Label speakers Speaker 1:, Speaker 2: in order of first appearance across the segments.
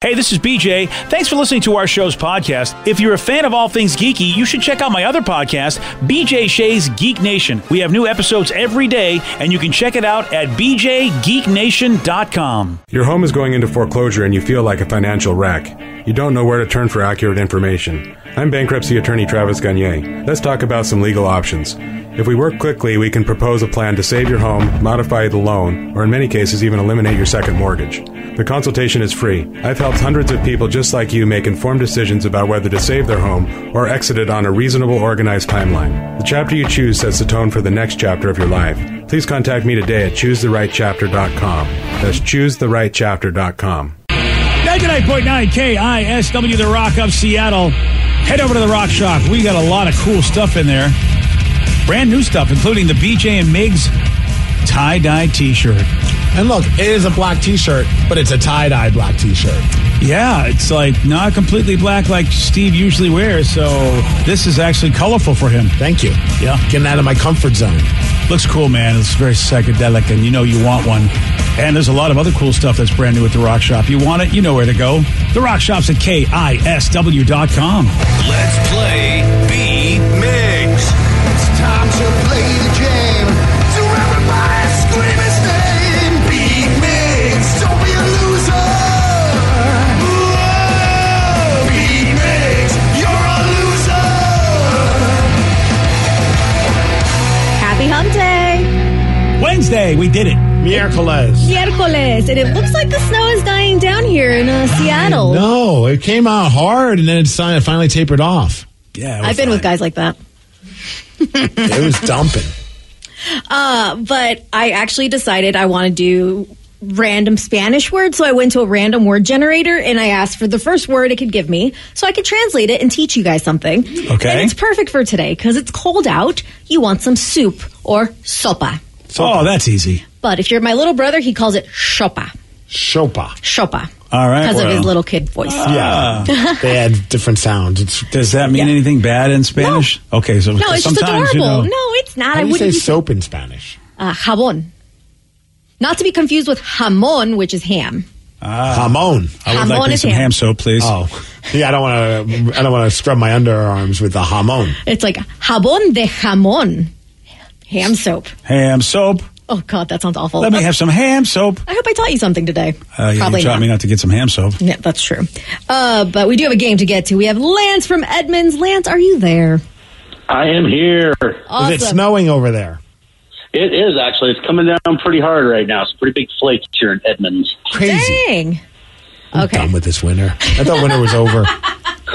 Speaker 1: Hey, this is BJ. Thanks for listening to our show's podcast. If you're a fan of all things geeky, you should check out my other podcast, BJ Shays Geek Nation. We have new episodes every day, and you can check it out at bjgeeknation.com.
Speaker 2: Your home is going into foreclosure and you feel like a financial wreck. You don't know where to turn for accurate information. I'm bankruptcy attorney Travis Gagne. Let's talk about some legal options. If we work quickly, we can propose a plan to save your home, modify the loan, or in many cases, even eliminate your second mortgage. The consultation is free. I've helped hundreds of people just like you make informed decisions about whether to save their home or exit it on a reasonable, organized timeline. The chapter you choose sets the tone for the next chapter of your life. Please contact me today at choosetherightchapter.com. That's choosetherightchapter.com.
Speaker 1: 99.9 KISW, The Rock of Seattle. Head over to The Rock Shop. We got a lot of cool stuff in there. Brand new stuff, including the BJ and Migs tie dye t shirt.
Speaker 3: And look, it is a black T-shirt, but it's a tie-dye black T-shirt.
Speaker 1: Yeah, it's like not completely black like Steve usually wears, so this is actually colorful for him.
Speaker 3: Thank you.
Speaker 1: Yeah.
Speaker 3: getting out of my comfort zone.
Speaker 1: Looks cool, man. It's very psychedelic, and you know you want one. And there's a lot of other cool stuff that's brand new at The Rock Shop. You want it, you know where to go. The Rock Shop's at KISW.com.
Speaker 4: Let's play B Migs. It's time to play the game. Surrounded by a scream his name. B Migs. Don't be a loser. Whoa. B Migs. You're a loser.
Speaker 5: Happy Hump Day!
Speaker 1: Wednesday, we did it.
Speaker 3: Miraculous.
Speaker 5: Miércoles, and it looks like the snow is dying down here in uh, Seattle.
Speaker 3: No, it came out hard, and then it si- finally tapered off.
Speaker 1: Yeah,
Speaker 5: I've been with guys like that.
Speaker 3: It was dumping.
Speaker 5: Uh, but I actually decided I want to do random Spanish words, so I went to a random word generator and I asked for the first word it could give me so I could translate it and teach you guys something.
Speaker 1: Okay.
Speaker 5: And it's perfect for today because it's cold out. You want some soup or sopa.
Speaker 1: Oh, that's easy.
Speaker 5: But if you're my little brother, he calls it sopa.
Speaker 3: Shopa.
Speaker 5: Sopa.
Speaker 1: All right,
Speaker 5: Because of
Speaker 1: well.
Speaker 5: his little kid voice.
Speaker 3: Yeah, they had different sounds. It's
Speaker 1: Does that mean
Speaker 5: Yeah.
Speaker 1: anything bad in Spanish? Okay, so
Speaker 5: No, it's just
Speaker 1: sometimes
Speaker 5: adorable.
Speaker 1: you know.
Speaker 5: No, it's not.
Speaker 3: how
Speaker 5: I
Speaker 3: do you say
Speaker 5: wouldn't.
Speaker 3: soap in Spanish?
Speaker 5: uh, jabón. Not to be confused with jamón, which is ham.
Speaker 3: Hamon.
Speaker 1: I would
Speaker 5: Hamon
Speaker 1: like me
Speaker 5: is
Speaker 1: some
Speaker 5: ham.
Speaker 1: ham soap, please.
Speaker 3: Oh, yeah. I don't want to. I don't want to scrub my underarms with the hamon.
Speaker 5: It's like jabón de jamón. Ham soap.
Speaker 1: Ham soap.
Speaker 5: Oh, God, that sounds awful.
Speaker 1: Let me have some ham soap.
Speaker 5: I hope I taught you something today.
Speaker 1: Uh, yeah,
Speaker 5: Probably
Speaker 1: you taught
Speaker 5: not.
Speaker 1: me not to get some ham soap.
Speaker 5: Yeah, that's true. Uh, but we do have a game to get to. We have Lance from Edmonds. Lance, are you there?
Speaker 6: I am here.
Speaker 5: Awesome.
Speaker 3: Is it snowing over there?
Speaker 6: It is actually. It's coming down pretty hard right now. It's a pretty big flake here in Edmonds.
Speaker 3: Crazy.
Speaker 5: Dang. Okay. Oh
Speaker 3: Done with this winter. I thought winter was over.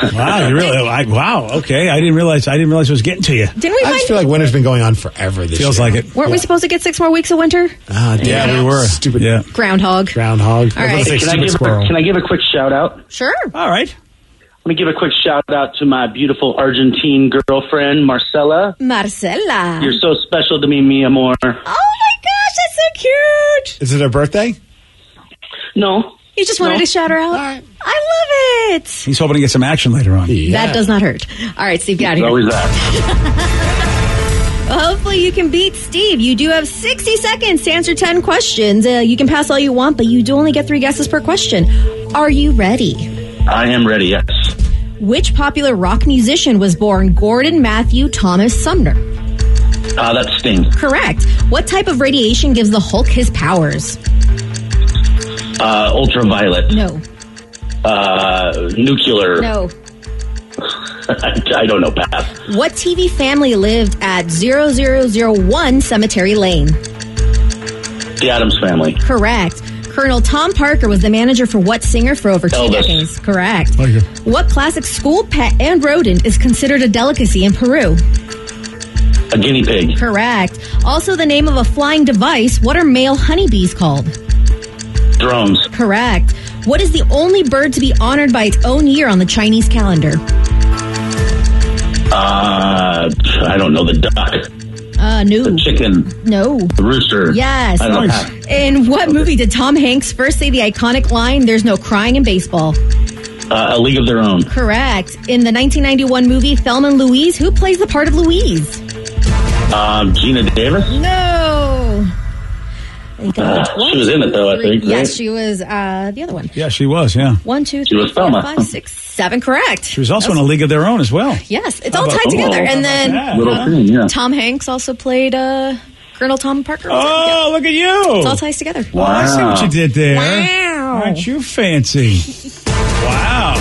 Speaker 1: Wow, you really? I, wow. Okay, I didn't realize. I didn't realize it was getting to you.
Speaker 5: Didn't
Speaker 3: I
Speaker 5: we
Speaker 3: just
Speaker 5: find,
Speaker 3: feel like winter's been going on forever. This
Speaker 1: Feels
Speaker 3: year.
Speaker 1: like it.
Speaker 5: weren't we supposed to get six more weeks of winter?
Speaker 3: Ah, damn
Speaker 1: Yeah,
Speaker 3: it.
Speaker 1: we were.
Speaker 3: Stupid
Speaker 1: Yeah.
Speaker 5: Groundhog.
Speaker 3: groundhog.
Speaker 5: All
Speaker 3: I was
Speaker 5: right.
Speaker 6: Can I,
Speaker 3: gonna say stupid
Speaker 6: give a,
Speaker 3: squirrel.
Speaker 6: can I give a quick shout out?
Speaker 5: Sure.
Speaker 1: All right.
Speaker 6: Let me give a quick shout out to my beautiful Argentine girlfriend, Marcela.
Speaker 5: Marcela.
Speaker 6: You're so special to me, Mia Moore.
Speaker 5: oh, my gosh, that's so cute.
Speaker 3: Is it her birthday?
Speaker 6: No.
Speaker 5: You just wanted
Speaker 6: No.
Speaker 5: to shout her out? I love it.
Speaker 1: He's hoping to get some action later on.
Speaker 5: That does not hurt. All right, Steve, get out of
Speaker 6: It's
Speaker 5: here.
Speaker 6: always that.
Speaker 5: Hopefully, you can beat Steve. You do have 60 seconds to answer 10 questions. Uh, you can pass all you want, but you do only get three guesses per question. Are you ready?
Speaker 6: I am ready, yes.
Speaker 5: Which popular rock musician was born Gordon Matthew Thomas Sumner?
Speaker 6: Uh, that stings.
Speaker 5: Correct. What type of radiation gives the Hulk his powers?
Speaker 6: Uh, ultraviolet.
Speaker 5: No.
Speaker 6: Uh, nuclear.
Speaker 5: No.
Speaker 6: I, I don't know. Pass.
Speaker 5: What TV family lived at 0001 Cemetery Lane?
Speaker 6: The Adams Family.
Speaker 5: Correct. Colonel Tom Parker was the manager for what singer for over two
Speaker 6: Elvis.
Speaker 5: decades? Correct.
Speaker 3: Thank you.
Speaker 5: What classic school pet and rodent is considered a delicacy in Peru?
Speaker 6: A guinea pig.
Speaker 5: Correct. Also, the name of a flying device. What are male honeybees called?
Speaker 6: Drones.
Speaker 5: Correct. What is the only bird to be honored by its own year on the Chinese calendar?
Speaker 6: Uh, I don't know. The duck.
Speaker 5: Uh, no.
Speaker 6: The chicken.
Speaker 5: No.
Speaker 6: The rooster.
Speaker 5: Yes.
Speaker 6: I don't know.
Speaker 3: Nice.
Speaker 6: Pass.
Speaker 5: In what movie did Tom Hanks first say the iconic line, There's no crying in baseball?
Speaker 6: Uh, a League of Their Own.
Speaker 5: Correct. In the 1991 movie Thelma and Louise, who plays the part of Louise?
Speaker 6: Um, Gina Davis.
Speaker 5: No. I think I
Speaker 6: Uh,
Speaker 5: went
Speaker 6: she was in it, though, I
Speaker 5: three.
Speaker 6: think, right?
Speaker 5: Yes, she was uh, the other one.
Speaker 1: Yeah, she was. Yeah,
Speaker 5: One, two,
Speaker 6: She
Speaker 5: three,
Speaker 6: was
Speaker 5: four,
Speaker 6: Thelma.
Speaker 5: five, six, seven. Correct.
Speaker 1: she was also in a league of their own as well.
Speaker 5: Yes, it's all
Speaker 1: about-
Speaker 5: tied together.
Speaker 6: oh, how
Speaker 5: and
Speaker 1: that?
Speaker 5: then uh,
Speaker 6: Little
Speaker 1: Uh-huh.
Speaker 6: Green, yeah.
Speaker 5: Tom Hanks also played uh, Colonel Tom Parker. was it? Yep.
Speaker 1: Oh, look at you!
Speaker 5: It's all ties together.
Speaker 6: Wow.
Speaker 1: I see what you did there.
Speaker 5: Wow.
Speaker 1: Aren't you fancy? wow.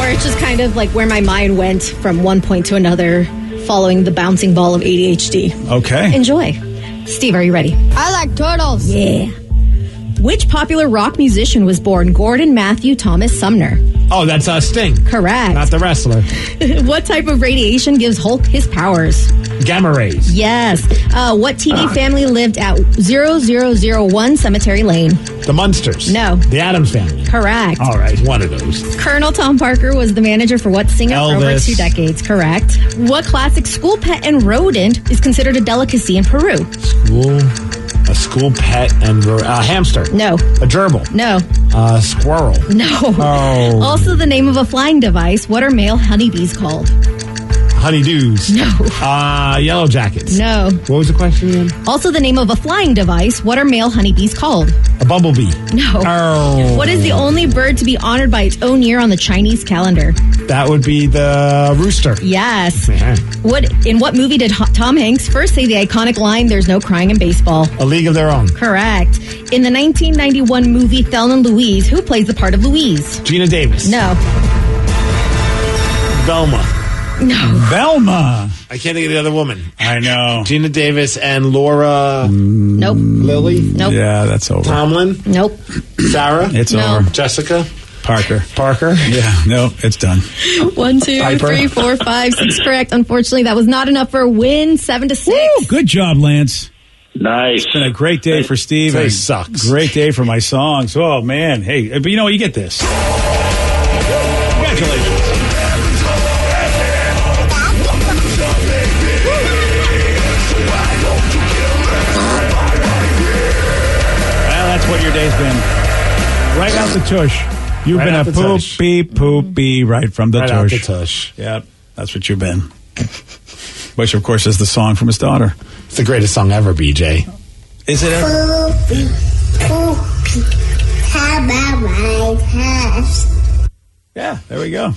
Speaker 5: Or it's just kind of like where my mind went from one point to another following the bouncing ball of ADHD.
Speaker 1: Okay.
Speaker 5: Enjoy. Steve, are you ready?
Speaker 7: I like turtles.
Speaker 5: Yeah. Which popular rock musician was born Gordon Matthew Thomas Sumner?
Speaker 3: Oh, that's uh, Sting, not
Speaker 5: Correct.
Speaker 3: the wrestler.
Speaker 5: what type of radiation gives Hulk his powers?
Speaker 3: Gamma rays. Ah.
Speaker 5: Yes. Uh, what TV family lived at 0001 Cemetery Lane?
Speaker 3: The Munsters.
Speaker 5: No.
Speaker 3: The Adams Family.
Speaker 5: Correct.
Speaker 3: All right, one of those.
Speaker 5: Colonel Tom Parker was the manager for what singer for over
Speaker 3: Elvis.
Speaker 5: two decades? Correct. What classic school pet and rodent is considered a delicacy in Peru?
Speaker 3: School, a school pet, and a uh, hamster.
Speaker 5: No.
Speaker 3: A gerbil.
Speaker 5: No.
Speaker 3: A squirrel.
Speaker 5: No.
Speaker 3: Oh.
Speaker 5: Also, the name of a flying device. What are male honeybees called?
Speaker 3: Honeydews.
Speaker 5: Oh. No.
Speaker 3: Uh, yellow jackets.
Speaker 5: No.
Speaker 3: What was the question again?
Speaker 5: Also, the name of a flying device. What are male honeybees called?
Speaker 3: A bumblebee.
Speaker 5: No.
Speaker 3: Oh.
Speaker 5: What is the only bird to be honored by its own year on the Chinese calendar?
Speaker 3: That would be the rooster. Uh-huh.
Speaker 5: Yes.
Speaker 3: Man.
Speaker 5: What in what movie did Ho- Tom Hanks first say the iconic line "There's no crying in baseball"?
Speaker 3: A league of their own.
Speaker 5: Correct. In the 1991 movie Thelma and Louise, who plays the part of Louise?
Speaker 3: Gina Davis.
Speaker 5: No.
Speaker 3: Velma.
Speaker 5: No.
Speaker 1: Velma.
Speaker 3: I can't think of the other woman.
Speaker 1: I know.
Speaker 3: Gina Davis and Laura
Speaker 5: Nope.
Speaker 3: Lily.
Speaker 5: Nope.
Speaker 1: Yeah, that's over.
Speaker 3: Tomlin.
Speaker 5: Nope.
Speaker 3: Sarah.
Speaker 1: It's
Speaker 5: No.
Speaker 1: over.
Speaker 3: Jessica.
Speaker 1: Parker.
Speaker 3: Parker.
Speaker 1: Yeah, no, it's done.
Speaker 5: One, two,
Speaker 3: Piper.
Speaker 5: three, four, five, six. Correct. Unfortunately, that was not enough for a win. Seven to six.
Speaker 1: Woo, good job, Lance.
Speaker 6: Nice.
Speaker 1: Been a great day for Steve.
Speaker 3: Today
Speaker 1: and
Speaker 3: sucks.
Speaker 1: Great day for my songs. Oh man, hey, but you know what? You get this. Congratulations. Well, that's what your day's been. Right out the tush. You've
Speaker 3: Right out
Speaker 1: been a
Speaker 3: the tush.
Speaker 1: poopy poopy right from the
Speaker 3: Right out
Speaker 1: tush.
Speaker 3: the tush.
Speaker 1: Yep, that's what you've been. Which, of course, is the song from his daughter.
Speaker 3: It's the greatest song ever, BJ.
Speaker 1: Is it? Ever-
Speaker 7: Poopy, poopy, how about my house?
Speaker 1: Yeah, there we go.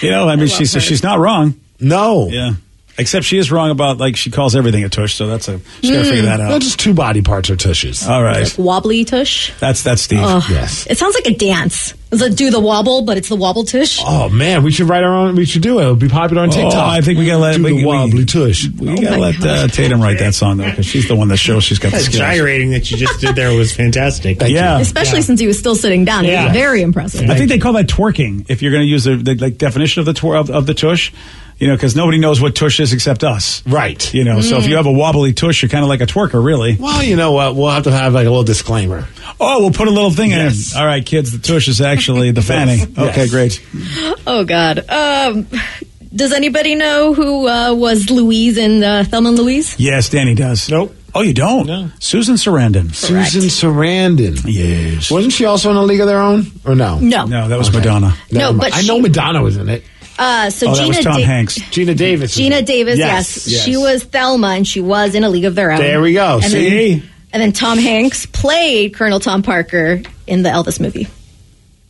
Speaker 1: You know, I mean, she's she's not wrong.
Speaker 3: No.
Speaker 1: Yeah, except she is wrong about like she calls everything a tush. So that's a she's gotta figure that
Speaker 3: No,
Speaker 1: out.
Speaker 3: just two body parts are tushes.
Speaker 1: All right,
Speaker 5: Wobbly tush.
Speaker 1: that's that's Steve.
Speaker 5: Oh.
Speaker 3: yes.
Speaker 5: It sounds like a dance. It's like do the wobble, but it's the wobble tush.
Speaker 3: Oh man, we should write our own. We should do it. It'll be popular on TikTok.
Speaker 1: I think we gotta let-
Speaker 3: do
Speaker 1: we-
Speaker 3: the
Speaker 1: we-
Speaker 3: wobbly tush.
Speaker 1: We gotta let uh, Tatum write that song though, because she's the one that shows she's got the skills.
Speaker 8: Gyrating that you just did there was fantastic.
Speaker 1: Yeah,
Speaker 5: Especially since he was still sitting down. It
Speaker 8: Yeah.
Speaker 5: was very impressive.
Speaker 1: I think they call that twerking. If you're going to use the, the like definition of the twir- of, of the tush, you know, because nobody knows what tush is except us,
Speaker 3: Right.
Speaker 1: You know, so if you have a wobbly tush, you're kind of like a twerker, really.
Speaker 3: Well, you know what? We'll have to have like a little disclaimer.
Speaker 1: Oh, we'll put a little thing
Speaker 3: Yes.
Speaker 1: in. All right, kids, the tush is actually the fanny. Okay, great.
Speaker 5: Oh God. Um, does anybody know who uh, was Louise in uh, Thelma and Louise?
Speaker 1: Yes, Danny does.
Speaker 3: Nope.
Speaker 1: Oh, you don't?
Speaker 3: No.
Speaker 1: Susan Sarandon.
Speaker 3: Susan Sarandon.
Speaker 1: Yes.
Speaker 3: Wasn't she also in a league of their own? Or no?
Speaker 5: No.
Speaker 1: No, that was Madonna.
Speaker 5: No,
Speaker 3: Never mind.
Speaker 5: but
Speaker 3: I
Speaker 5: she-
Speaker 3: know Madonna was in it.
Speaker 5: Uh, so
Speaker 1: Oh, that
Speaker 5: Gina
Speaker 1: was Tom
Speaker 5: Da-
Speaker 1: Hanks.
Speaker 3: Gina Davis. was in
Speaker 5: Gina
Speaker 3: it.
Speaker 5: Davis. Yes,
Speaker 3: Yes, yes.
Speaker 5: she was Thelma, and she was in A League of Their Own.
Speaker 3: There we go.
Speaker 5: And
Speaker 3: See?
Speaker 5: Then, and then Tom Hanks played Colonel Tom Parker in the Elvis movie.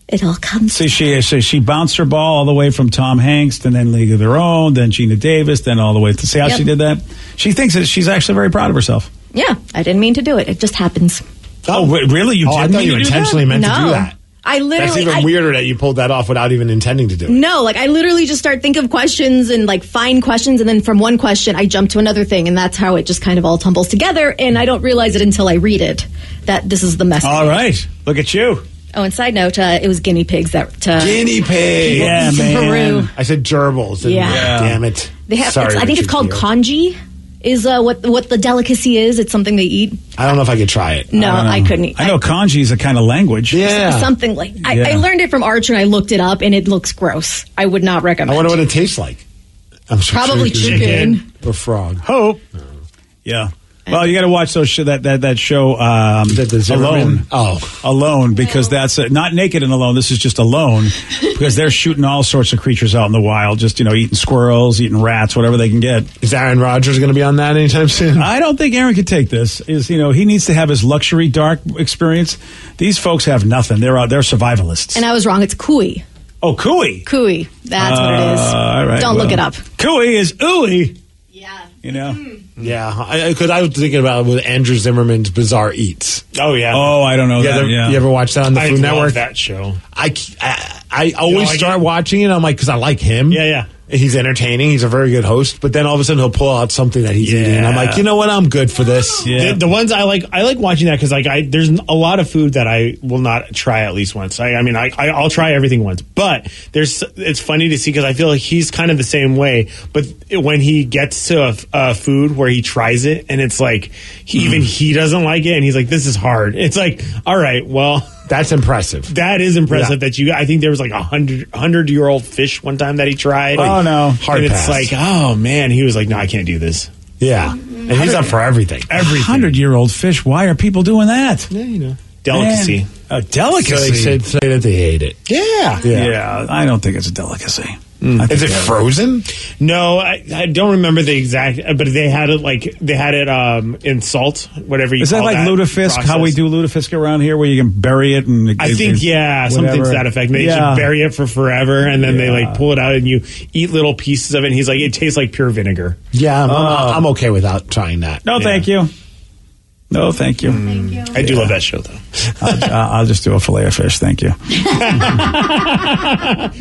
Speaker 5: It all comes.
Speaker 1: So she so she bounced her ball all the way from Tom Hanks, and then League of Their Own, then Gina Davis, then all the way to see how
Speaker 5: Yep.
Speaker 1: she did that. She thinks that she's actually very proud of herself.
Speaker 5: Yeah, I didn't mean to do it. It just happens.
Speaker 1: Oh, re- really? You
Speaker 3: oh, I
Speaker 1: didn't
Speaker 3: thought
Speaker 1: mean
Speaker 3: you
Speaker 1: to do
Speaker 3: intentionally
Speaker 1: that?
Speaker 3: meant to
Speaker 5: No.
Speaker 3: do that.
Speaker 5: I literally.
Speaker 3: That's even
Speaker 5: I-
Speaker 3: weirder that you pulled that off without even intending to do it.
Speaker 5: No, like I literally just start think of questions and like find questions, and then from one question I jump to another thing, and that's how it just kind of all tumbles together. And I don't realize it until I read it that this is the message.
Speaker 3: Oh.
Speaker 1: All right. Look at you.
Speaker 5: Oh, and side note, uh, it was guinea pigs that uh,
Speaker 3: Guinea pig.
Speaker 5: people in Peru.
Speaker 3: I said gerbils. didn't
Speaker 5: Yeah.
Speaker 3: I?
Speaker 5: Yeah.
Speaker 3: Damn it.
Speaker 5: They have.
Speaker 3: Sorry,
Speaker 5: it's, I think it's
Speaker 3: Richard
Speaker 5: called
Speaker 3: Gere.
Speaker 5: kanji. Is uh, what what the delicacy is? It's something they eat.
Speaker 3: I don't know if I could try it.
Speaker 5: No,
Speaker 1: don't know.
Speaker 5: I couldn't.
Speaker 1: I know kanji is a kind of language.
Speaker 5: something like I,
Speaker 1: Yeah.
Speaker 5: I learned it from Archer, and I looked it up, and it looks gross. I would not recommend.
Speaker 3: I wonder what it tastes like. I'm sure
Speaker 5: Probably
Speaker 3: it's
Speaker 5: chicken.
Speaker 3: or frog.
Speaker 1: Hope. Yeah. Well, you got to watch those sh- that that that show um, alone.
Speaker 3: Zimmerman? Oh,
Speaker 1: alone because that's a, not naked and alone. This is just alone because they're shooting all sorts of creatures out in the wild. Just you know, eating squirrels, eating rats, whatever they can get.
Speaker 3: Is Aaron Rodgers going to be on that anytime soon?
Speaker 1: I don't think Aaron could take this. Is you know he needs to have his luxury dark experience. These folks have nothing. They're out. They're survivalists.
Speaker 5: and I was wrong. It's kui.
Speaker 1: oh, cooey.
Speaker 5: Kui. That's what it is.
Speaker 1: Uh, all right,
Speaker 5: Don't look
Speaker 1: well.
Speaker 5: it up.
Speaker 1: Cooey is ooey.
Speaker 5: Yeah.
Speaker 1: You know.
Speaker 3: Mm-hmm. yeah, because I, was thinking about with Andrew Zimmerman's Bizarre Eats.
Speaker 8: Oh yeah.
Speaker 1: Oh, I don't know
Speaker 3: You,
Speaker 1: that.
Speaker 3: ever,
Speaker 1: yeah.
Speaker 3: you ever watch that on the
Speaker 8: I
Speaker 3: Food
Speaker 8: love
Speaker 3: Network?
Speaker 8: that show.
Speaker 3: I, c- I- I always
Speaker 8: like
Speaker 3: start
Speaker 8: it?
Speaker 3: watching it. I'm like, because I like him.
Speaker 8: Yeah, yeah.
Speaker 3: He's entertaining. He's a very good host. But then all of a sudden he'll pull out something that he's
Speaker 8: Yeah.
Speaker 3: eating. And I'm like, you know what? I'm good for this.
Speaker 1: Yeah.
Speaker 8: The, the ones I like, I like watching that because like I there's a lot of food that I will not try at least once. I, I mean, I, I I'll try everything once, but there's it's funny to see because I feel like he's kind of the same way. But when he gets to a, f- a food where he tries it and it's like he,
Speaker 3: Mm.
Speaker 8: even he doesn't like it and he's like, this is hard. It's like, all right, well.
Speaker 3: That's impressive.
Speaker 8: That is impressive
Speaker 3: Yeah.
Speaker 8: that you. I think there was like a hundred hundred year old fish one time that he tried.
Speaker 1: Oh, no.
Speaker 3: Hard
Speaker 8: and
Speaker 3: pass.
Speaker 8: it's like, oh man, he was like, no, I can't do this.
Speaker 3: Yeah. And he's up for everything.
Speaker 8: Everything.
Speaker 1: Hundred year old fish. Why are people doing that?
Speaker 3: Yeah, you know.
Speaker 8: delicacy.
Speaker 1: A
Speaker 3: So they
Speaker 1: delicacy.
Speaker 3: said say that they ate it.
Speaker 8: Yeah.
Speaker 3: Yeah.
Speaker 1: yeah, Hmm. I don't think it's a delicacy. I think
Speaker 3: Is it
Speaker 1: that-
Speaker 3: frozen?
Speaker 8: No, I, I don't remember the exact, but they had it like they had it um in salt, whatever. You
Speaker 1: Is that
Speaker 8: call
Speaker 1: like lutefisk? How we
Speaker 8: process.
Speaker 1: do lutefisk around here, where you can bury it and
Speaker 8: I think yeah, something to that effect. They
Speaker 1: Yeah.
Speaker 8: should bury it for forever, and then they
Speaker 1: Yeah.
Speaker 8: like pull it out, and you eat little pieces of it. And he's like, it tastes like pure vinegar.
Speaker 3: Yeah, I'm, I'm, I'm okay without trying that.
Speaker 1: No, thank you. No, thank you.
Speaker 8: I do love that show though.
Speaker 1: I'll, I'll just do a fillet of fish. Thank you.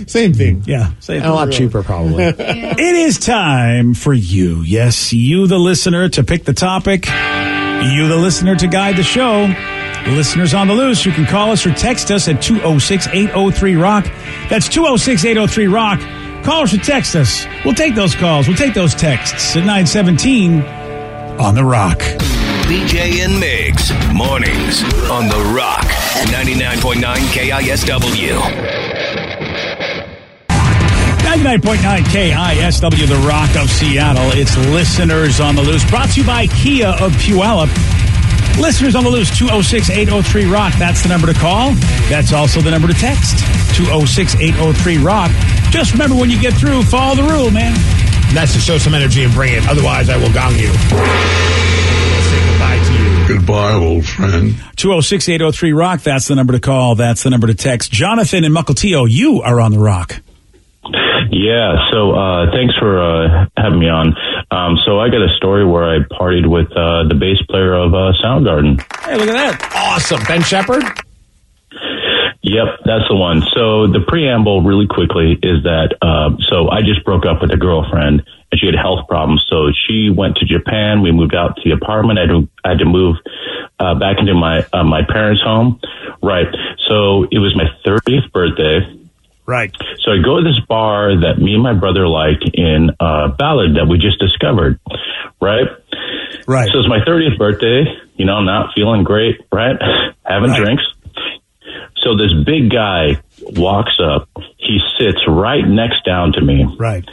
Speaker 8: Same thing.
Speaker 1: Yeah, say
Speaker 3: And a lot cheaper, probably.
Speaker 1: It is time for you, yes, you the listener, to pick the topic, you the listener to guide the show. Listeners on the loose, you can call us or text us at 206 803 Rock. That's 206 803 Rock. Call us or text us. We'll take those calls. We'll take those texts at 917 on The Rock.
Speaker 4: BJ and Migs, mornings on The Rock, 99.9 KISW.
Speaker 1: 99.9 KISW, The Rock of Seattle. It's Listeners on the Loose, brought to you by Kia of Puyallup. Listeners on the Loose, 206 803 Rock. That's the number to call. That's also the number to text, 206 803 Rock. Just remember when you get through, follow the rule, man.
Speaker 3: That's to show some energy and bring it. Otherwise, I will gong you. Say goodbye to you.
Speaker 9: Goodbye, old friend.
Speaker 1: 206 803 Rock. That's the number to call. That's the number to text. Jonathan and Mukilteo, you are on the rock.
Speaker 10: Yeah, so uh, thanks for uh, having me on. Um, so I got a story where I partied with uh, the bass player of uh, Soundgarden.
Speaker 1: Hey, look at that.
Speaker 3: Awesome. Ben Shepard?
Speaker 10: Yep, that's the one. So the preamble, really quickly, is that uh, so I just broke up with a girlfriend and she had health problems. So she went to Japan. We moved out to the apartment. I had to, I had to move uh, back into my uh, my parents' home. Right. So it was my 30th birthday.
Speaker 1: Right.
Speaker 10: So I go to this bar that me and my brother like in uh, Ballard that we just discovered, right?
Speaker 1: Right.
Speaker 10: So it's my 30th birthday. You know, not feeling great, right? Having
Speaker 1: Right.
Speaker 10: drinks. So this big guy walks up. He sits right next down to me.
Speaker 1: Right.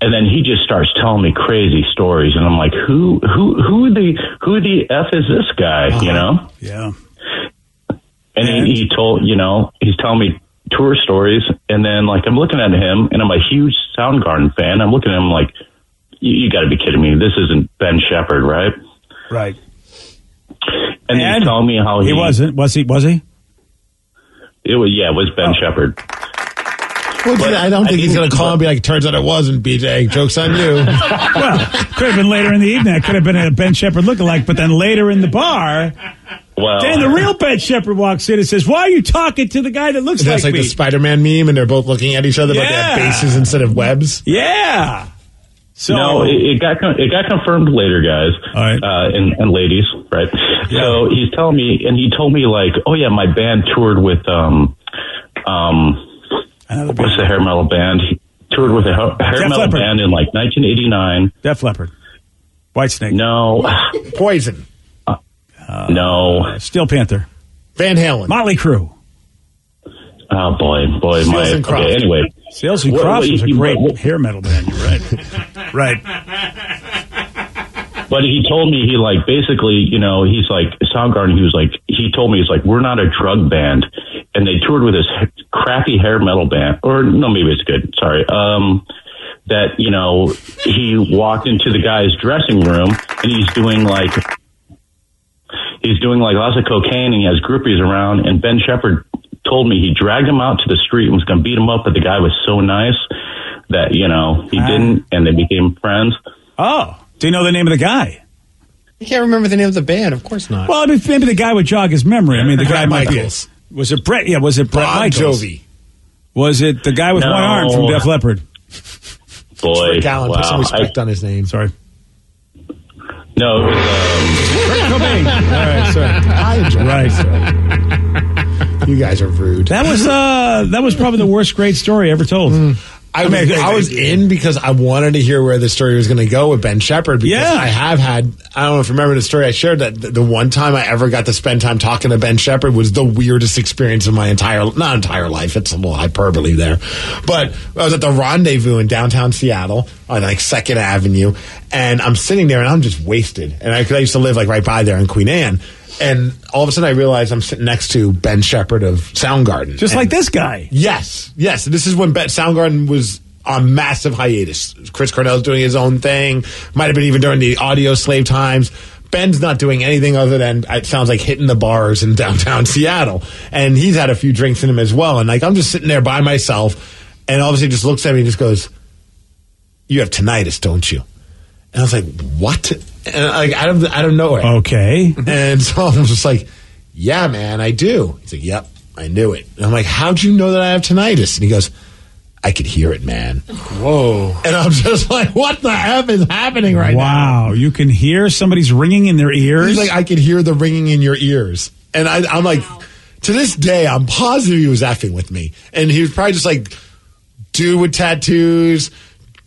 Speaker 10: And then he just starts telling me crazy stories, and I'm like, "Who, who, who the, who the f is this guy?" You know?
Speaker 1: Yeah.
Speaker 10: And
Speaker 1: Uh-huh. And-
Speaker 10: he, he told, you know, he's telling me tour stories. And then, like, I'm looking at him and I'm a huge Soundgarden fan. I'm looking at him like, you, you got to be kidding me. This isn't Ben Shepherd, right?
Speaker 1: Right.
Speaker 10: And,
Speaker 1: And
Speaker 10: he's telling me how Oh, he,
Speaker 1: He wasn't. Was he? Was he?
Speaker 10: It was, yeah, it was Ben
Speaker 1: Oh.
Speaker 10: Shepherd.
Speaker 3: Well, I don't think he's going to call and be like, turns out it wasn't, BJ. Joke's on you.
Speaker 1: Well, could have been later in the evening. It could have been a Ben Shepherd lookalike, but then later in the bar,
Speaker 3: Oh,
Speaker 10: Well,
Speaker 1: Dan, the real pet shepherd walks in and says, "Why are you talking to the guy that looks
Speaker 3: That's like,
Speaker 1: me?"
Speaker 3: the Spider-Man meme, and they're both looking at each other, but they have
Speaker 1: Yeah.
Speaker 3: faces instead of webs.
Speaker 1: yeah. So
Speaker 10: no, it, it got con- it got confirmed later, guys, uh, and, and ladies, right? So he's telling me, and he told me like, oh yeah, my band toured with um, um,
Speaker 1: Ah,
Speaker 10: what's the hair metal band? He toured with a hair, hair
Speaker 1: Def
Speaker 10: metal
Speaker 1: Leppard.
Speaker 10: band in like 1989.
Speaker 1: Def Leppard, White Snake.
Speaker 10: No,
Speaker 3: Poison,
Speaker 1: Uh,
Speaker 10: no,
Speaker 1: Steel Panther,
Speaker 3: Van Halen,
Speaker 1: Motley Crue.
Speaker 10: Oh boy, boy,
Speaker 1: Sales
Speaker 10: my
Speaker 1: and Crofts.
Speaker 10: okay. Anyway,
Speaker 1: Sales and
Speaker 10: What-
Speaker 1: Crofts
Speaker 10: what-
Speaker 1: was a
Speaker 10: he-
Speaker 1: great
Speaker 10: what-
Speaker 1: hair metal band. You're right. right.
Speaker 10: But he told me he like basically, you know, he's like Soundgarden. He was like, he told me he's like, we're not a drug band, and they toured with this crappy hair metal band, or no, maybe it's good. Sorry. Um, that you know, he walked into the guy's dressing room and he's doing like, he's doing like lots of cocaine and he has groupies around. And Ben Shepherd told me he dragged him out to the street and was going to beat him up, but the guy was so nice that you know he didn't, and they became friends.
Speaker 1: Ah. Oh, do you know the name of the guy?
Speaker 3: I can't remember the name of the band. Of course not.
Speaker 1: Well, I mean, maybe the guy would jog his memory. I mean, the guy
Speaker 3: Bret
Speaker 1: might be-
Speaker 3: Michaels.
Speaker 1: Was it Brett? Yeah, was it Brett
Speaker 3: Bon
Speaker 1: Michaels?
Speaker 3: Jovi.
Speaker 1: Was it the guy with
Speaker 3: No.
Speaker 1: one arm from Def Leppard?
Speaker 10: Boy,
Speaker 3: Rick Allen, put some
Speaker 10: wow.
Speaker 3: respect on his name.
Speaker 1: Sorry.
Speaker 10: No, it was,
Speaker 1: Cobain. All right, sorry.
Speaker 3: I enjoy
Speaker 1: Right.
Speaker 3: You guys are rude.
Speaker 1: That was uh, that was probably the worst great story ever told.
Speaker 3: I, was- I was in because I wanted to hear where the story was going to go with Ben Shepard. Because
Speaker 1: Yeah.
Speaker 3: I have had, I don't know if you remember the story I shared that the, the one time I ever got to spend time talking to Ben Shepard was the weirdest experience of my entire, not entire life. It's a little hyperbole there. But I was at the rendezvous in downtown Seattle on like Second Avenue. And I'm sitting there and I'm just wasted. And I, cause I used to live like right by there in Queen Anne. And all of a sudden I realized I'm sitting next to Ben Shepard of Soundgarden.
Speaker 1: just
Speaker 3: And-
Speaker 1: like this guy.
Speaker 3: Yes, yes. This is when Bet Soundgarden was on massive hiatus. Chris Cornell's doing his own thing. Might have been even during the audio slave times. Ben's not doing anything other than it sounds like hitting the bars in downtown Seattle, and he's had a few drinks in him as well. And like I'm just sitting there by myself, and obviously just looks at me and just goes, "You have tinnitus, don't you?" And I was like, "What?" And like out of out of nowhere.
Speaker 1: Okay.
Speaker 3: And so I was just like, yeah, man, I do. He's like, yep, I knew it. And I'm like, how'd you know that I have tinnitus? And he goes, I could hear it, man.
Speaker 1: Whoa.
Speaker 3: And I'm just like, what the F is happening right now?
Speaker 1: wow. You can hear somebody's ringing in their ears.
Speaker 3: He's like, I could hear the ringing in your ears. And I, I'm like, to this day, I'm positive he was effing with me. And he was probably just like, dude with tattoos,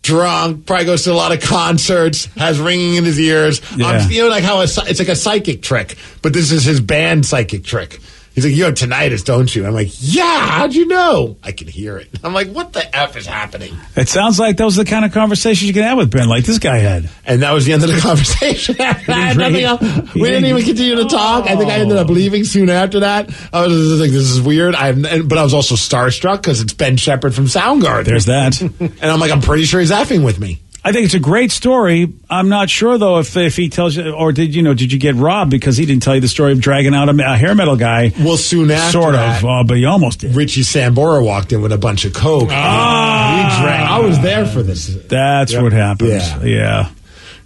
Speaker 3: drunk, probably goes to a lot of concerts, has ringing in his ears.
Speaker 1: Yeah.
Speaker 3: I'm, you know, like how a, psy- it's like a psychic trick, but this is his band psychic trick. He's like, you have tinnitus, don't you? I'm like, yeah, how'd you know? I can hear it. I'm like, what the F is happening?
Speaker 1: it sounds like those are the kind of conversations you can have with Ben, like this guy had.
Speaker 3: And that was the end of the conversation. I had
Speaker 1: drink-
Speaker 3: nothing else.
Speaker 1: he
Speaker 3: We didn't
Speaker 1: didn't-
Speaker 3: even continue to talk. I think I ended up
Speaker 1: Oh.
Speaker 3: leaving soon after that. I was just like, this is weird. I'm, and, but I was also starstruck because it's Ben Shepherd from Soundgarden.
Speaker 1: There's that.
Speaker 3: and I'm like, I'm pretty sure he's effing with me.
Speaker 1: I think it's a great story. I'm not sure though if if he tells you or did you know did you get robbed because he didn't tell you the story of dragging out a, a hair metal guy.
Speaker 3: Well, soon after
Speaker 1: sort
Speaker 3: that-
Speaker 1: of, uh, but you almost did.
Speaker 3: Richie Sambora walked in with a bunch of coke.
Speaker 1: Ah.
Speaker 3: He drank- I was there for this.
Speaker 1: That's what happens.
Speaker 3: Yeah.
Speaker 1: yeah.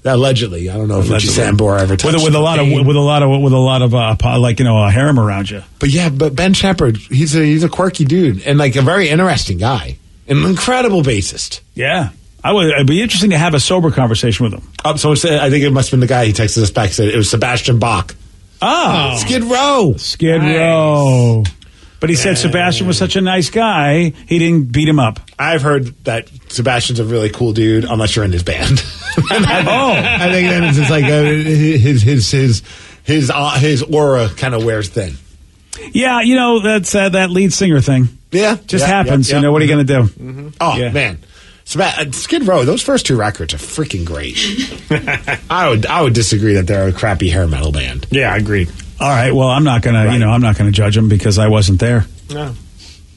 Speaker 3: Allegedly, I don't know if Richie
Speaker 1: Allegedly.
Speaker 3: Sambora ever touched
Speaker 1: with, with a lot of
Speaker 3: cocaine.
Speaker 1: with a lot of with a lot of uh, po- like you know a harem around you.
Speaker 3: But yeah, but Ben Shepard, he's a he's a quirky dude and like a very interesting guy, an incredible bassist.
Speaker 1: Yeah, I would. It'd be interesting to have a sober conversation with him.
Speaker 3: Um, so it's- I think it must have been the guy he texted us back said it was Sebastian Bach.
Speaker 1: Oh,
Speaker 3: Ah, Skid Row.
Speaker 1: Skid Row. But he said Sebastian was such a nice guy, he didn't beat him up.
Speaker 3: I've heard that Sebastian's a really cool dude unless you're in his band.
Speaker 1: Oh.
Speaker 3: And I think- I think then it's just like uh, his his his his uh, his aura kind of wears thin.
Speaker 1: Yeah, you know that's uh, that lead singer thing.
Speaker 3: Yeah,
Speaker 1: just
Speaker 3: yeah,
Speaker 1: happens.
Speaker 3: yeah,
Speaker 1: you
Speaker 3: yeah.
Speaker 1: know what are you going to do?
Speaker 3: Oh
Speaker 1: Yeah.
Speaker 3: man, Seba- uh, Skid Row. Those first two records are freaking great. I would I would disagree that they're a crappy hair metal band.
Speaker 8: Yeah, I agree.
Speaker 1: All right. Well, I'm not gonna. You know, I'm not gonna judge him because I wasn't there.
Speaker 8: No.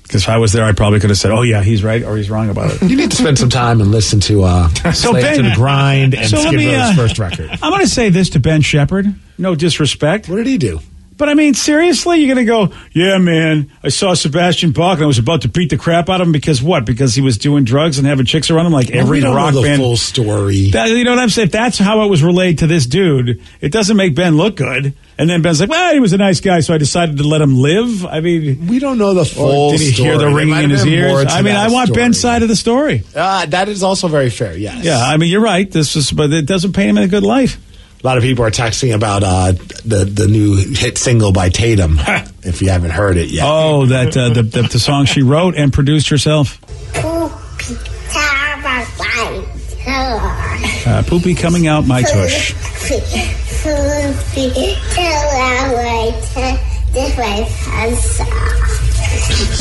Speaker 1: Because if I was there, I probably could have said, "Oh yeah, he's right," or "He's wrong about it."
Speaker 3: You need to spend some time and listen to uh,
Speaker 1: So
Speaker 3: Slave to
Speaker 1: Ben-
Speaker 3: the Grind and
Speaker 1: so let
Speaker 3: Skid
Speaker 1: me,
Speaker 3: Row's
Speaker 1: uh,
Speaker 3: first record.
Speaker 1: I'm going to say this to Ben Shepard. No disrespect.
Speaker 3: What did he do?
Speaker 1: But I mean, seriously, you're going to go, yeah, man, I saw Sebastian Bach and I was about to beat the crap out of him because what? Because he was doing drugs and having chicks around him like
Speaker 3: Well,
Speaker 1: every
Speaker 3: we don't
Speaker 1: rock
Speaker 3: know the
Speaker 1: band.
Speaker 3: full story.
Speaker 1: That- you know what I'm saying? If that's how it was relayed to this dude, it doesn't make Ben look good. And then Ben's like, well, he was a nice guy, so I decided to let him live. I mean,
Speaker 3: we don't know the full
Speaker 1: Did he hear
Speaker 3: story.
Speaker 1: the
Speaker 3: There
Speaker 1: ringing
Speaker 3: might
Speaker 1: in
Speaker 3: have
Speaker 1: his
Speaker 3: been more
Speaker 1: ears?
Speaker 3: to
Speaker 1: I mean,
Speaker 3: that
Speaker 1: I want
Speaker 3: story.
Speaker 1: Ben's side of the story.
Speaker 3: Ah, that is also very fair. Yes.
Speaker 1: Yeah, I mean, you're right. This is, but it doesn't paint him in a good light. life.
Speaker 3: A lot of people are texting about uh, the the new hit single by Tatum. if you haven't heard it yet,
Speaker 1: Oh, that uh, the, the the song she wrote and produced herself. Uh, Poopy coming out my tush.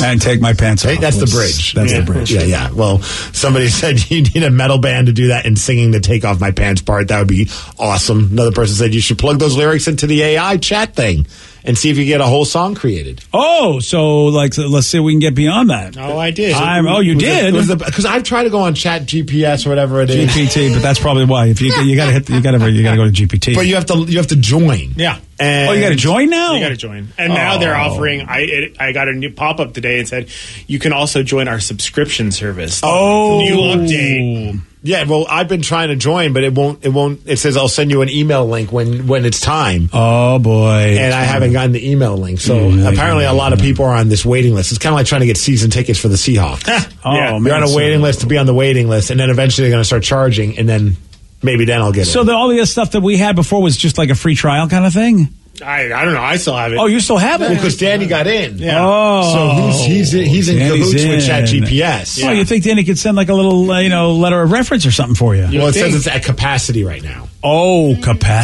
Speaker 1: And take my pants off.
Speaker 3: that's the bridge.
Speaker 1: That's
Speaker 3: yeah.
Speaker 1: the bridge.
Speaker 3: Yeah, yeah. Well, somebody said you need a metal band to do that and singing the "Take Off My Pants" part. That would be awesome. Another person said you should plug those lyrics into the AI chat thing and see if you get a whole song created.
Speaker 1: Oh, so like, so let's see if we can get beyond that.
Speaker 8: Oh, I did.
Speaker 1: I'm, oh, you did.
Speaker 3: Because I've tried to go on Chat GPS or whatever it is.
Speaker 1: GPT, but that's probably why. If you you gotta hit, you gotta you gotta go to GPT.
Speaker 3: But you have to you have to join.
Speaker 8: Yeah.
Speaker 3: And
Speaker 1: oh, you gotta join now.
Speaker 8: You got to join. And now they're
Speaker 1: Oh.
Speaker 8: offering. I it, I got a new pop up today and said you can also join our subscription service.
Speaker 3: Oh.
Speaker 8: new update.
Speaker 3: Yeah, well, I've been trying to join, but it won't. It won't. It says I'll send you an email link when when it's time.
Speaker 1: Oh boy! Mm-hmm.
Speaker 3: And I haven't gotten the email link, so
Speaker 1: Yeah,
Speaker 3: apparently a lot of people are on this waiting list. It's kind of like trying to get season tickets for the Seahawks.
Speaker 1: Oh, man,
Speaker 3: you're on a
Speaker 1: so-
Speaker 3: waiting list to be on the waiting list, and then eventually they're going to start charging, and then maybe then I'll get
Speaker 1: So
Speaker 3: it.
Speaker 1: the, all the stuff that we had before was just like a free trial kind of thing.
Speaker 8: I I don't know. I still have it.
Speaker 1: Oh, you still have it?
Speaker 3: because Danny got in.
Speaker 8: Yeah.
Speaker 1: Oh,
Speaker 3: So he's- he's in- he's in
Speaker 1: Danny's
Speaker 3: cahoots with
Speaker 1: in.
Speaker 3: ChatGPS.
Speaker 1: Oh, you think Danny could send like a little, uh, you know, letter of reference or something for you?
Speaker 3: well, it says it's at capacity right now,
Speaker 1: Oh,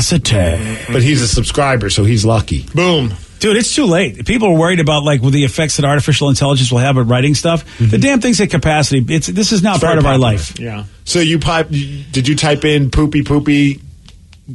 Speaker 1: capacity.
Speaker 3: but he's a subscriber, so he's lucky.
Speaker 8: Boom.
Speaker 1: Dude, it's too late. People are worried about like with the effects that artificial intelligence will have at writing stuff. The damn thing's at capacity. Mm-hmm. It's this is not
Speaker 3: It's
Speaker 1: part
Speaker 3: very
Speaker 1: of our
Speaker 3: popular.
Speaker 1: life.
Speaker 8: Yeah.
Speaker 3: So you pipe? Did you type in poopy poopy?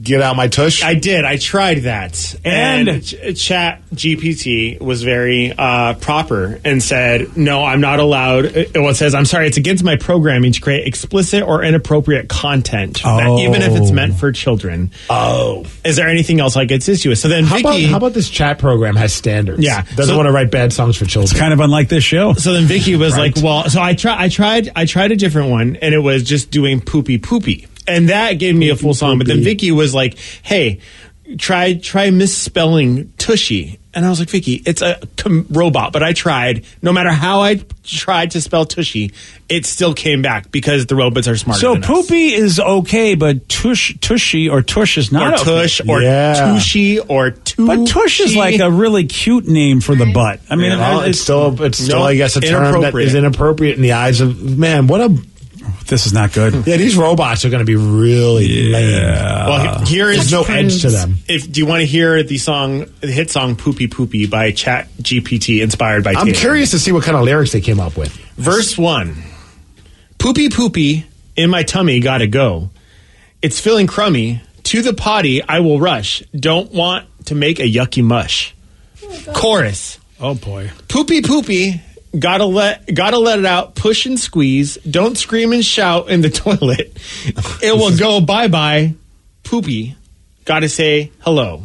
Speaker 3: Get out my tush.
Speaker 8: I did. I tried that,
Speaker 1: And-
Speaker 8: Ch- Chat GPT was very uh, proper and said, "No, I'm not allowed." It, well, it says, "I'm sorry, it's against my programming to create explicit or inappropriate content, that- even if it's
Speaker 1: Oh.
Speaker 8: meant for children."
Speaker 3: oh.
Speaker 8: Is there anything else I could assist you with? So then,
Speaker 3: How about,
Speaker 8: Vicky,
Speaker 3: how about this chat program has standards?
Speaker 8: Yeah.
Speaker 3: doesn't
Speaker 8: So-
Speaker 3: want to write bad songs for children.
Speaker 1: Kind of unlike this show.
Speaker 8: so then Vicky was
Speaker 1: Right.
Speaker 8: like, "Well, so I try, I tried, I tried a different one, and it was just doing poopy poopy, and that gave me a full song." But then Vicky was like, "Hey, try try misspelling tushy," and I was like, "Vicky, it's a com- robot." But I tried. No matter how I tried to spell tushy, it still came back because the robots are smarter.
Speaker 1: So
Speaker 8: than us.
Speaker 1: poopy is okay, but tush, tushy or tush is
Speaker 8: or
Speaker 1: not okay.
Speaker 8: tush or
Speaker 3: Yeah.
Speaker 8: tushy or tu.
Speaker 1: But tush is like a really cute name for the butt. I mean,
Speaker 3: Well,
Speaker 1: it-
Speaker 3: it's, still, it's still,
Speaker 8: no,
Speaker 3: I guess, a term that is
Speaker 8: inappropriate.
Speaker 3: inappropriate in the eyes of man. What a
Speaker 1: this is not good.
Speaker 3: yeah, these robots are going to be really lame.
Speaker 8: Well, he- here is
Speaker 3: There's no edge to them.
Speaker 8: If do you want to hear the song, the hit song "Poopy Poopy" by Chat GPT, inspired by?
Speaker 3: I'm
Speaker 8: Taylor.
Speaker 3: curious to see what kind of lyrics they came up with.
Speaker 8: Verse one: Poopy poopy in my tummy, gotta go. It's feeling crummy. To the potty, I will rush. Don't want to make a yucky mush. Chorus:
Speaker 1: Oh boy.
Speaker 8: Poopy poopy. Gotta let gotta let it out. Push and squeeze. Don't scream and shout in the toilet. It will go bye bye. Poopy. Gotta say hello.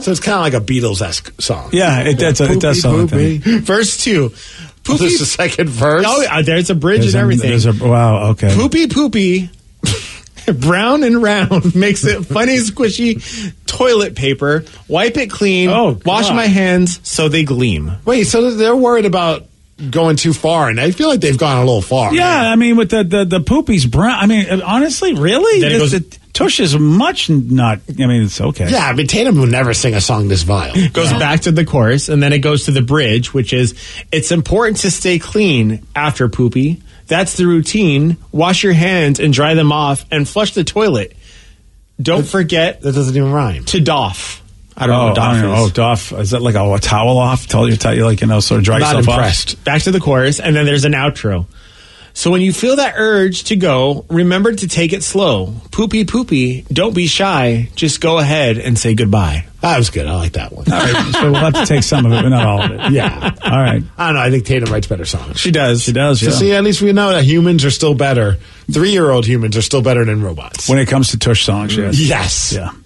Speaker 3: So it's kind of like a Beatles esque song.
Speaker 1: Yeah, it, that's a, it does sound like that.
Speaker 8: Verse two.
Speaker 3: Well,
Speaker 8: Poopy.
Speaker 3: there's the second verse.
Speaker 8: Oh, yeah, there's a bridge
Speaker 1: There's
Speaker 8: and
Speaker 1: a-
Speaker 8: everything.
Speaker 1: there's a- wow. Okay.
Speaker 8: poopy poopy. Brown and round makes it funny, squishy toilet paper. Wipe it clean.
Speaker 1: Oh,
Speaker 8: wash
Speaker 1: God.
Speaker 8: my hands so they gleam.
Speaker 3: Wait, so they're worried about going too far, and I feel like they've gone a little far.
Speaker 1: Yeah, I mean, with the the, the poopies brown. I mean, honestly, really,
Speaker 8: Then it
Speaker 1: This-
Speaker 8: goes-
Speaker 1: the tush is much not. I mean, it's okay.
Speaker 3: Yeah, I mean, Tatum would never sing a song this vile.
Speaker 8: goes back to the chorus and then it goes to the bridge which is it's important to stay clean after poopy that's the routine wash your hands and dry them off and flush the toilet don't forget
Speaker 3: That doesn't even rhyme.
Speaker 8: to doff i don't know
Speaker 1: Oh,
Speaker 8: what doff
Speaker 1: I don't know.
Speaker 8: is
Speaker 1: oh, doff. Is that like a, a towel off? Tell you, tell you, like you know, sort of dry
Speaker 3: Not
Speaker 1: yourself off.
Speaker 3: impressed.
Speaker 8: back to the chorus and then there's an outro so when you feel that urge to go remember to take it slow poopy poopy don't be shy just go ahead and say goodbye
Speaker 3: That was good. I like that one.
Speaker 1: All right, so we'll have to take some of it, but not all of it.
Speaker 3: Yeah.
Speaker 1: All right.
Speaker 3: I don't know. I think Tatum writes better songs.
Speaker 1: She does. She does.
Speaker 3: So
Speaker 1: Yeah.
Speaker 3: see, at least we know that humans are still better. Three year old humans are still better than robots.
Speaker 1: when it comes to tush songs, yes.
Speaker 3: yes.
Speaker 1: Yeah.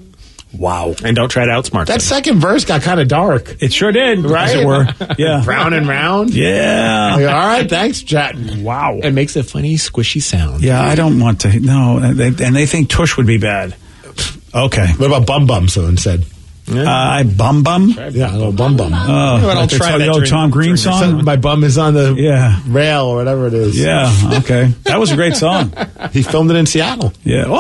Speaker 8: Wow. And don't try to outsmart
Speaker 3: That second verse got kind of dark.
Speaker 8: It sure did,
Speaker 3: right?
Speaker 8: as it were. Yeah.
Speaker 3: brown and round.
Speaker 8: Yeah.
Speaker 3: Like, all right, thanks, Jet. Wow,
Speaker 1: it
Speaker 8: makes a funny squishy sound.
Speaker 1: Yeah, I don't want to. No, and they, and they think tush would be bad. Okay.
Speaker 3: What about bum bum? Someone said.
Speaker 1: Uh, I bum bum.
Speaker 3: Yeah, a little bum bum.
Speaker 1: Oh, You know what, I'll like try the that old during- Tom Green during the song? song.
Speaker 3: My bum is on the
Speaker 1: yeah.
Speaker 3: rail or whatever it is.
Speaker 1: Yeah. Okay. That was a great song.
Speaker 3: he filmed it in Seattle.
Speaker 1: Yeah. Oh,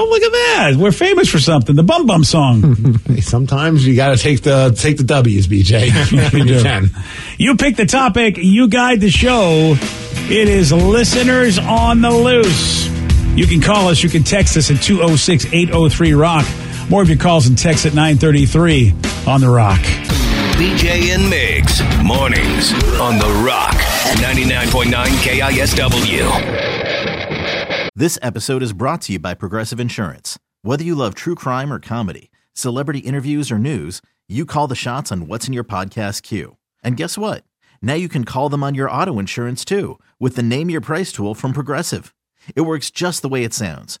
Speaker 1: oh, look at that. We're famous for something. The bum bum song.
Speaker 3: Sometimes you got to take the take the W's, BJ.
Speaker 1: You
Speaker 3: When you
Speaker 1: do.
Speaker 3: can.
Speaker 1: You pick the topic, you guide the show. It is listeners on the loose. You can call us, you can text us at 206 803 Rock. More of your calls and texts at 933 on The Rock.
Speaker 4: BJ and Migs, mornings on The Rock, 99.9 KISW.
Speaker 11: This episode is brought to you by Progressive Insurance. Whether you love true crime or comedy, celebrity interviews or news, you call the shots on what's in your podcast queue. And guess what? Now you can call them on your auto insurance too with the Name Your Price tool from Progressive. It works just the way it sounds.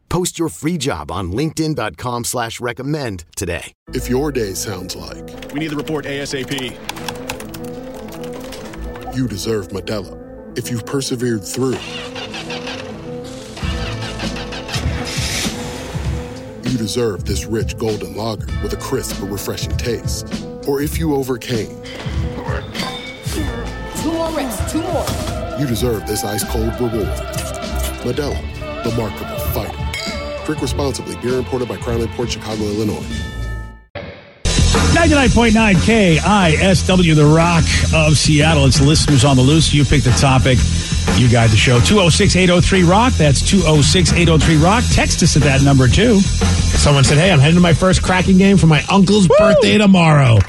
Speaker 12: Post your free job on linkedin.com/recommend slash recommend today.
Speaker 9: If your day sounds like we need the report ASAP, you deserve Medella. If you've persevered through, you deserve this rich golden lager with a crisp but refreshing taste. Or if you overcame,
Speaker 7: Two more reps, two more.
Speaker 9: you deserve this ice cold reward. Medella, the mark of a fighter. Drink responsibly. Beer imported by Crown Port Chicago, Illinois.
Speaker 1: 99.9 KISW, The Rock of Seattle. It's listeners on the loose. You pick the topic, you guide the show. 206 803 Rock. That's 206 803 Rock. Text us at that number, too.
Speaker 3: Someone said, "Hey, I'm heading to my first cracking game for my uncle's birthday tomorrow."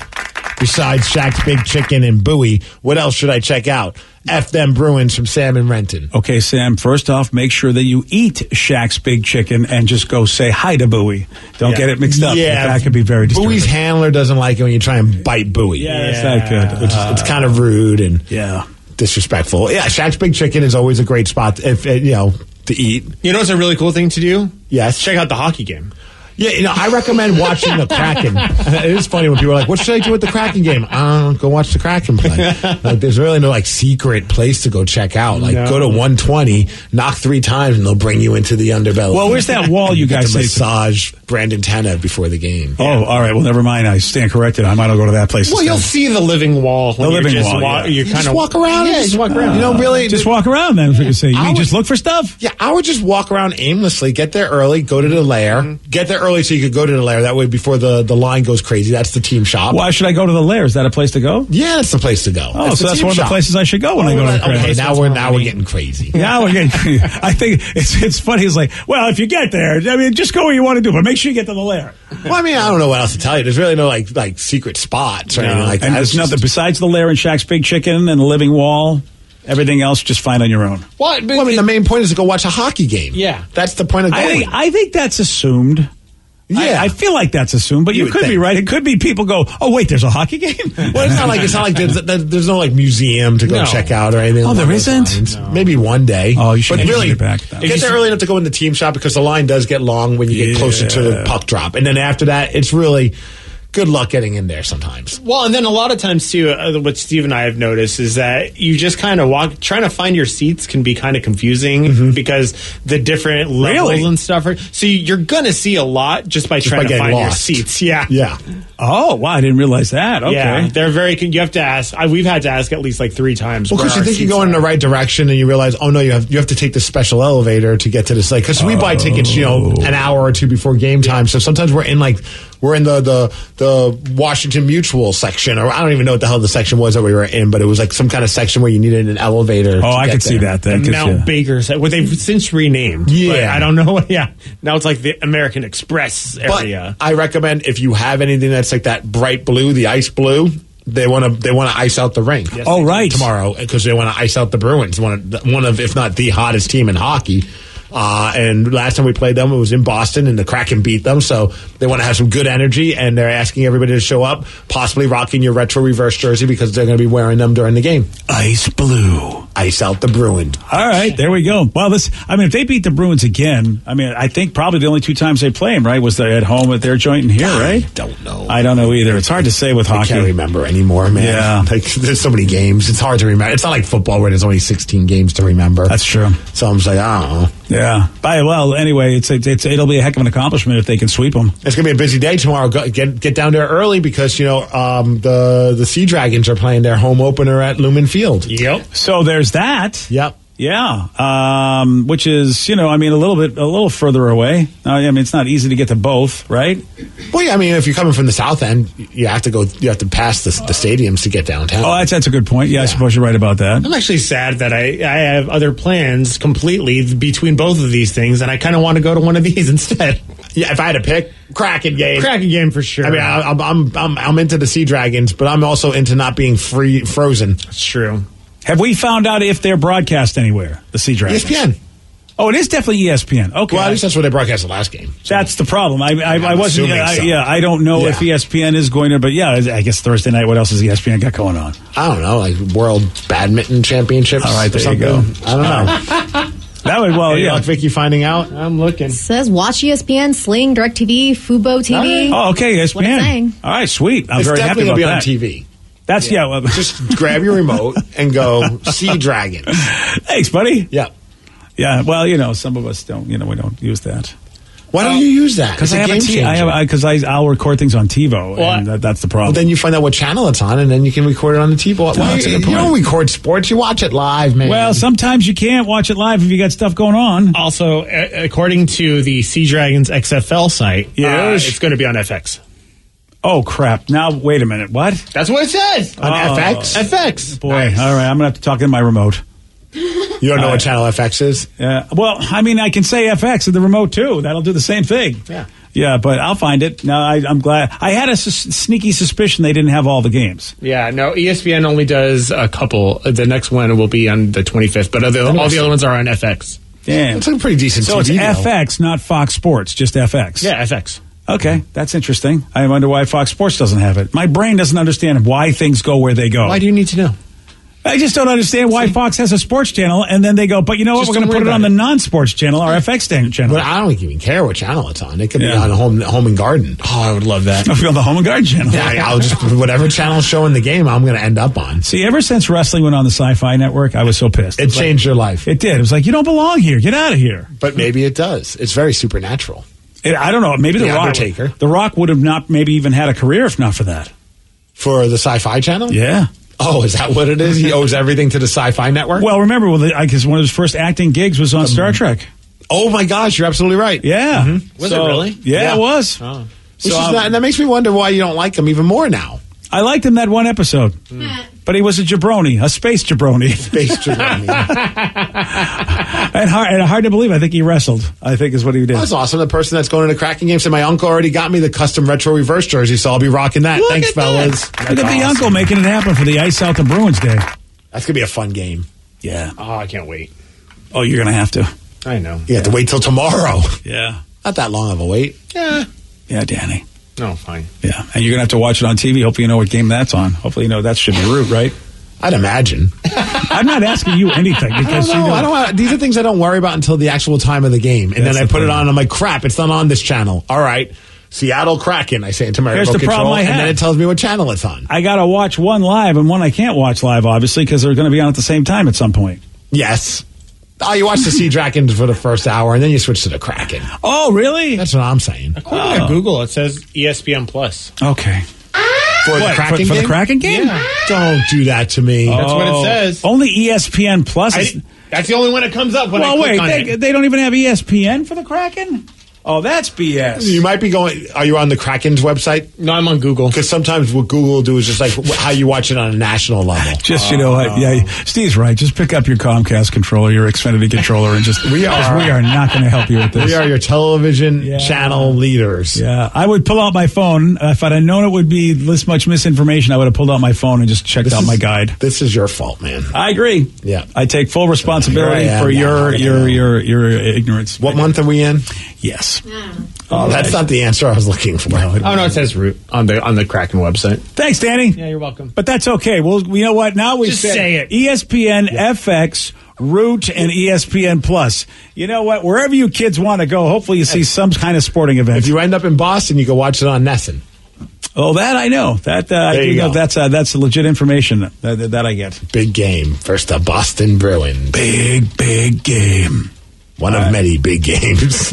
Speaker 3: Besides Shaq's Big Chicken and Bowie, what else should I check out? F them Bruins from Sam and Renton.
Speaker 1: Okay, Sam, first off, make sure that you eat Shaq's Big Chicken and just go say hi to Bowie. Don't
Speaker 3: Yeah.
Speaker 1: get it mixed up.
Speaker 3: Yeah,
Speaker 1: That could be very disturbing.
Speaker 3: Bowie's handler doesn't like it when you try and bite Bowie.
Speaker 1: Yeah, it's not good.
Speaker 3: Which is, it's kind of rude and
Speaker 1: yeah,
Speaker 3: disrespectful. Yeah, Shaq's Big Chicken is always a great spot if uh, you know to eat.
Speaker 8: You know what's a really cool thing to do?
Speaker 3: Yes,
Speaker 8: check out the hockey game.
Speaker 3: Yeah, you know, I recommend watching the Kraken. it is funny when people are like, "What should I do with the Kraken game?" Uh, go watch the Kraken play. like, there's really no like secret place to go check out. Like,
Speaker 8: No.
Speaker 3: go to 120, knock three times, and they'll bring you into the underbelly.
Speaker 1: Well, where's that wall you
Speaker 3: Get
Speaker 1: guys
Speaker 3: Oh. to
Speaker 1: say-
Speaker 3: massage Brandon Tanna before the game?
Speaker 1: Oh, all right. Well, never mind. I stand corrected. I might not go to that place.
Speaker 8: Well, you'll
Speaker 1: instead.
Speaker 8: see the living wall.
Speaker 1: The living
Speaker 8: you're
Speaker 1: wall, yeah.
Speaker 8: You're
Speaker 3: You
Speaker 8: kind
Speaker 3: just
Speaker 8: of
Speaker 3: walk around.
Speaker 8: Yeah,
Speaker 3: and
Speaker 8: just walk around.
Speaker 3: You know, really,
Speaker 1: just walk around then. Is what you say. You
Speaker 3: I
Speaker 1: mean
Speaker 3: would-
Speaker 1: just look for stuff.
Speaker 3: Yeah, I would just walk around aimlessly, get there early, go to the lair, get there early so you could go to the lair. That way, before the, the line goes crazy, that's the team shop.
Speaker 1: Why should I go to the lair? Is that a place to go?
Speaker 3: Yeah, that's the place to go.
Speaker 1: Oh, so
Speaker 3: the
Speaker 1: that's
Speaker 3: team
Speaker 1: one of the
Speaker 3: shop. Oh,
Speaker 1: places I should go when I go to the
Speaker 3: Okay,
Speaker 1: Kraken.
Speaker 3: now we're now we're getting crazy.
Speaker 1: Now again, I think it's it's funny. It's like, well, if you get there, I mean, just go where you want to do, but make sure you get to the lair.
Speaker 3: Well, I mean, I don't know what else to tell you. There's really no like like secret spots or anything like that.
Speaker 1: and there's
Speaker 3: It's just-
Speaker 1: nothing besides the lair and Shaq's Big Chicken and the Living Wall. Everything else, just find on your own.
Speaker 3: Well, I mean, the main point is to go watch a hockey game.
Speaker 8: Yeah.
Speaker 3: that's the point of going.
Speaker 1: I think I think that's assumed. I-
Speaker 3: yeah.
Speaker 1: I, feel like that's assumed, but
Speaker 3: You
Speaker 1: you,
Speaker 3: would
Speaker 1: could be
Speaker 3: think.
Speaker 1: right. It could be people go, "Oh, wait, there's a hockey game."
Speaker 3: well, it's not like it's not like there's, there- there's no like museum to go
Speaker 8: No.
Speaker 3: check out or anything.
Speaker 1: Oh,
Speaker 3: along
Speaker 1: there
Speaker 3: those
Speaker 1: isn't?
Speaker 3: lines. Maybe one day.
Speaker 1: Oh, you should
Speaker 3: But
Speaker 1: get
Speaker 3: really,
Speaker 1: it back, though.
Speaker 3: get there early enough to go in the team shop because the line does get long when you get closer to the
Speaker 1: Yeah.
Speaker 3: puck drop, and then after that, it's really good luck getting in there sometimes.
Speaker 8: Well, and then a lot of times too, uh, what Steve and I have noticed is that you just kind of walk, trying to find your seats can be kind of confusing because the different levels
Speaker 1: Really?
Speaker 8: and stuff. Are, so you're going to see a lot just by
Speaker 3: by
Speaker 8: trying to
Speaker 3: getting
Speaker 8: find
Speaker 3: lost.
Speaker 8: your seats. Yeah,
Speaker 3: Yeah.
Speaker 1: oh, wow, I didn't realize that. Okay,
Speaker 8: yeah. They're very. con- You have to ask. I, we've had to ask at least like three times.
Speaker 3: Well,
Speaker 8: where
Speaker 3: because you
Speaker 8: our
Speaker 3: think you're
Speaker 8: seats
Speaker 3: going in
Speaker 8: are.
Speaker 3: the right direction, and you realize, oh no, you have you have to take this special
Speaker 8: Oh.
Speaker 3: elevator to get to this. Like, because we buy tickets, you know, an hour or two before game time. So sometimes we're in like We're in the the the Washington Mutual section, or I don't even know what the hell the section was that we were in, but it was like some kind of section where you needed an elevator.
Speaker 8: Oh,
Speaker 3: to get there.
Speaker 8: The Mount Baker's, what they've since renamed.
Speaker 3: Yeah.
Speaker 8: But I don't know. Yeah, now it's like the American Express
Speaker 3: But
Speaker 8: area.
Speaker 3: I recommend if you have anything that's like that bright blue, the ice blue. They want to they want to ice out the rink.
Speaker 8: Oh,
Speaker 3: All right, tomorrow because they want to ice out the Bruins, one of the- one of if not the hottest team in hockey. Uh, and last time we played them, it was in Boston, and the Kraken beat them. So they want to have some good energy, and they're asking everybody to show up, possibly rocking your retro reverse jersey because they're going to be wearing them during the game.
Speaker 1: Ice blue,
Speaker 3: ice out the Bruins.
Speaker 1: All right, there we go. Well, this I mean, if they beat the Bruins again, I mean, I think probably the only two times they play them, right, was the at home at their joint and here, right? I don't know. I don't know either. It's hard to say with
Speaker 3: I
Speaker 1: hockey.
Speaker 3: can't remember anymore, man.
Speaker 1: Yeah.
Speaker 3: Like, there's so many games. It's hard to remember. It's not like football where there's only 16 games to remember. That's
Speaker 1: true.
Speaker 3: So I'm just like, I don't know.
Speaker 1: Yeah. By well, anyway, it's, it's it's it'll be a heck of an accomplishment if they can sweep them.
Speaker 3: It's gonna be a busy day tomorrow. Go, get get down there early because you know um, the the Sea Dragons are playing their home opener at Lumen Field.
Speaker 8: Yep.
Speaker 1: So there's that.
Speaker 3: Yep.
Speaker 1: Yeah, um, which is you know, I mean, a little bit, a little further away. Uh, I mean, it's not easy to get to both, right?
Speaker 3: Well, yeah. I mean, if you're coming from the south end, you have to go. You have to pass the, the stadiums to get downtown.
Speaker 1: Oh, that's that's a good point. Yeah, I suppose you're right about that.
Speaker 8: I'm actually sad that I, I have other plans completely between both of these things, and I kind of want to go to one of these instead.
Speaker 3: Yeah, if I had to pick, Kraken game,
Speaker 8: Kraken game for sure.
Speaker 3: I mean, I, I'm, I'm I'm I'm into the Sea Dragons, but I'm also into not being free frozen. That's
Speaker 8: true.
Speaker 1: Have we found out if they're broadcast anywhere? The Sea Dragons,
Speaker 3: ESPN.
Speaker 1: Oh, it is definitely ESPN. Okay,
Speaker 3: Well, at least that's where they broadcast the last game.
Speaker 1: That's the problem. I I,
Speaker 3: I'm
Speaker 1: Oh, I wasn't.
Speaker 3: assuming
Speaker 1: I,
Speaker 3: so.
Speaker 1: Yeah, I don't know if E ESPN is going to, but yeah, I guess Thursday night. What else has E ESPN got going on?
Speaker 3: I don't know, like World Badminton Championships.
Speaker 1: All right,
Speaker 3: or
Speaker 1: there you
Speaker 3: something.
Speaker 1: go.
Speaker 3: I don't know.
Speaker 1: that would well,
Speaker 3: Any
Speaker 1: yeah.
Speaker 3: luck, Vicky, finding out. I'm looking.
Speaker 5: Says watch E ESPN, Sling, DirecTV, Fubo TV.
Speaker 1: Oh, okay, ESPN.
Speaker 5: What I'm saying.
Speaker 1: All right, sweet. I'm
Speaker 3: it's
Speaker 1: very happy
Speaker 3: definitely
Speaker 1: about
Speaker 3: gonna
Speaker 1: that.
Speaker 3: be on TV.
Speaker 1: That's yeah. well,
Speaker 3: Just grab your remote and go Sea Dragons.
Speaker 1: Thanks, buddy.
Speaker 3: Yeah.
Speaker 1: Yeah. Well, you know, some of us don't. You know, we don't use that.
Speaker 3: Why don't you use that?
Speaker 1: Because
Speaker 3: It's
Speaker 1: I
Speaker 3: a
Speaker 1: have a
Speaker 3: game
Speaker 1: T- I
Speaker 3: changer.
Speaker 1: have because I, I'll record things on TiVo,
Speaker 3: Well,
Speaker 1: and that, that's the
Speaker 3: Well,
Speaker 1: problem.
Speaker 3: then you find out what channel it's on, and then you can record it on the TV. Well,
Speaker 1: that's a
Speaker 3: you,
Speaker 1: good
Speaker 3: you don't record sports; you watch it live, man.
Speaker 1: well, sometimes you can't watch it live if you got stuff going on.
Speaker 8: Also, a- according to the Sea Dragons XFL site, yeah,
Speaker 1: Yes.
Speaker 8: it's going to be on FX.
Speaker 1: Oh crap! Now wait a minute. What?
Speaker 8: That's what it says
Speaker 1: On FX?
Speaker 8: FX.
Speaker 1: Oh. Boy, all right. I'm gonna have to talk in my remote. Uh,
Speaker 3: you don't know what channel FX is.
Speaker 1: Yeah. Well, I mean, I can say FX in the remote too. That'll do the same thing. Yeah. Yeah, but I'll find it. No, I, I'm glad. I had a sus- sneaky suspicion they didn't have all the games.
Speaker 8: Yeah, no, E ESPN only does a couple. The next one will be on the 25th, but other, all the other ones are on FX.
Speaker 1: Damn,
Speaker 3: It's a pretty decent
Speaker 1: So
Speaker 3: TV
Speaker 1: it's
Speaker 3: though.
Speaker 1: FX, not Fox Sports, just FX.
Speaker 8: Yeah, FX.
Speaker 1: Okay, that's interesting. I wonder why Fox Sports doesn't have it. My brain doesn't understand why things go where they go.
Speaker 3: Why do you need to know?
Speaker 1: I just don't understand why Fox has a sports channel and then they go, but you know what?
Speaker 3: Just
Speaker 1: We're going to
Speaker 3: don't
Speaker 1: put it
Speaker 3: worry
Speaker 1: on
Speaker 3: about
Speaker 1: the non-sports channel, our FX dan- channel.
Speaker 3: But I don't even care what channel it's on. It could
Speaker 1: Yeah.
Speaker 3: be on Home Home and Garden. Oh, I would love that.
Speaker 1: I'll be on the Home and Garden channel.
Speaker 3: Yeah, I- I'll just whatever channel's showing the game, I'm going to end up on.
Speaker 1: See, ever since wrestling went on the Sci-Fi Network, I was so pissed.
Speaker 3: It
Speaker 1: was like-
Speaker 3: changed your life,
Speaker 1: it did. It was like you don't belong here. Get out of here.
Speaker 3: but maybe it does. It's very supernatural.
Speaker 1: It, I don't know. Maybe the,
Speaker 3: The
Speaker 1: Rock.
Speaker 3: Undertaker.
Speaker 1: The Rock would have not maybe even had a career if not for that.
Speaker 3: For the Sci-Fi Channel?
Speaker 1: Yeah.
Speaker 3: Oh, is that what it is? He owes everything to the Sci-Fi Network.
Speaker 1: Well, remember, well, the- I guess one of his first acting gigs was on Star Trek.
Speaker 3: oh my gosh, you're absolutely right.
Speaker 1: Yeah.
Speaker 3: Was
Speaker 1: So-
Speaker 3: it really?
Speaker 1: Yeah, it was.
Speaker 3: Oh.
Speaker 1: So
Speaker 3: Which is
Speaker 1: I'm-
Speaker 3: not, and that makes me wonder why you don't like him even more now.
Speaker 1: I liked him that one episode, but he was a jabroni, a space jabroni,
Speaker 3: Based around me.
Speaker 1: and hard, and hard to believe. I think he wrestled. I think is what he did.
Speaker 3: That's awesome. The person that's going to the cracking game said, "My uncle already got me the custom retro reverse jersey, so I'll be rocking that." Thanks, fellas.
Speaker 1: Look at the uncle making it happen for the Ice Out the Bruins Day.
Speaker 3: That's gonna be a fun game.
Speaker 1: Yeah.
Speaker 8: Oh, I can't wait.
Speaker 1: Oh, you're gonna have to.
Speaker 8: I know.
Speaker 3: You have to wait till tomorrow.
Speaker 1: Yeah.
Speaker 3: Not that long of a wait.
Speaker 8: Yeah.
Speaker 1: Yeah, Danny.
Speaker 8: No, fine.
Speaker 1: Yeah, and you're gonna have to watch it on TV. Hopefully, you know what game that's on. Hopefully, you know that should be root, right?
Speaker 3: I'd imagine.
Speaker 1: I'm not asking you anything
Speaker 3: I
Speaker 1: because
Speaker 3: don't know.
Speaker 1: you know.
Speaker 3: I don't. wanna- these are things I don't worry about until the actual time of the game, and
Speaker 1: That's
Speaker 3: then I
Speaker 1: the
Speaker 3: put it
Speaker 1: thing.
Speaker 3: on. I'm like, crap, it's not on this channel. All right, Seattle Kraken. I say it to my
Speaker 1: Here's
Speaker 3: remote
Speaker 1: the problem
Speaker 3: control,
Speaker 1: I
Speaker 3: and
Speaker 1: have.
Speaker 3: then it tells me what channel it's on.
Speaker 1: I gotta watch one live and one I can't watch live, obviously, because they're gonna be on at the same time at some point.
Speaker 3: Yes. Oh, you watch the Sea Dragons for the first hour, and then you switch to the Kraken.
Speaker 1: Oh, really?
Speaker 3: That's what I'm saying.
Speaker 8: According to Google, it says E ESPN Plus.
Speaker 1: Okay.
Speaker 3: For the
Speaker 1: What, for-
Speaker 3: Kraken
Speaker 1: for the
Speaker 3: game?
Speaker 1: Kraken game? Oh.
Speaker 3: Yeah. Don't do that to me.
Speaker 8: That's what it says.
Speaker 1: Only E ESPN Plus.
Speaker 8: I
Speaker 1: Is,
Speaker 8: di- that's the only one that comes up when I
Speaker 1: well,
Speaker 8: click
Speaker 1: wait,
Speaker 8: on
Speaker 1: they,
Speaker 8: it.
Speaker 1: they don't even have ESPN for the Kraken.
Speaker 3: Oh, that's BS. You might be going. Are you on the Kraken's website? No, I'm on Google. Because sometimes what Google will do is just like wh- how you watch it on a national level. Uh,
Speaker 1: Just you know what? Yeah, Steve's right. Just pick up your Comcast controller, your Xfinity controller, and just
Speaker 3: We
Speaker 1: just-
Speaker 3: are-
Speaker 1: we are not going to help you with this.
Speaker 3: We are your television channel leaders.
Speaker 1: Yeah, I would pull out my phone Uh, if I'd have known it would be this much misinformation. I would have pulled out my phone and just checked
Speaker 3: This
Speaker 1: out
Speaker 3: is-
Speaker 1: my guide.
Speaker 3: This is your fault, man.
Speaker 1: I agree.
Speaker 3: Yeah.
Speaker 1: I take full responsibility
Speaker 3: Here I am
Speaker 1: for
Speaker 3: now.
Speaker 1: your your your your ignorance. What
Speaker 3: month are we in?
Speaker 1: Yes.
Speaker 3: Oh, that's not the answer I was looking for.
Speaker 1: Oh, no, it
Speaker 3: says root on the on the Kraken website.
Speaker 1: Thanks, Danny. Yeah, you're welcome. But that's okay. Well, you know what? Now we E
Speaker 3: Just
Speaker 1: said
Speaker 3: say it.
Speaker 1: ESPN FX. Root and E ESPN Plus. You know what? Wherever you kids want to go, hopefully you see some kind of sporting event. If
Speaker 3: you end up in Boston, you can watch it on Nesson.
Speaker 1: Oh, that I know. That uh, I
Speaker 3: There
Speaker 1: do
Speaker 3: you
Speaker 1: know.
Speaker 3: go.
Speaker 1: That's uh, that's legit information that, that, that I get.
Speaker 3: Big game. First, the Boston Bruins.
Speaker 1: Big, big game.
Speaker 3: One of many big games.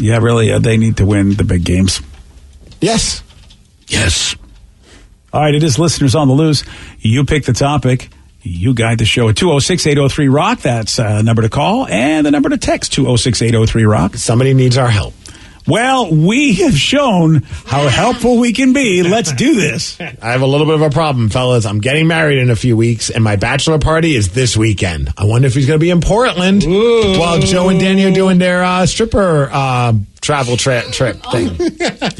Speaker 1: Uh, yeah, really. Uh, they need to win the big games.
Speaker 3: Yes.
Speaker 1: Yes. All right, it is listeners on the loose. You pick the topic. You guide the show at 206 803 Rock. That's a number to call and the number to text 206 803 Rock.
Speaker 3: Somebody needs our help.
Speaker 1: Well, we have shown how helpful we can be. Let's do this.
Speaker 3: I have a little bit of a problem, fellas. I'm getting married in a few weeks, and my bachelor party is this weekend. I wonder if he's going to be in Portland while Joe and Danny are doing their uh, stripper uh, travel tra- trip thing.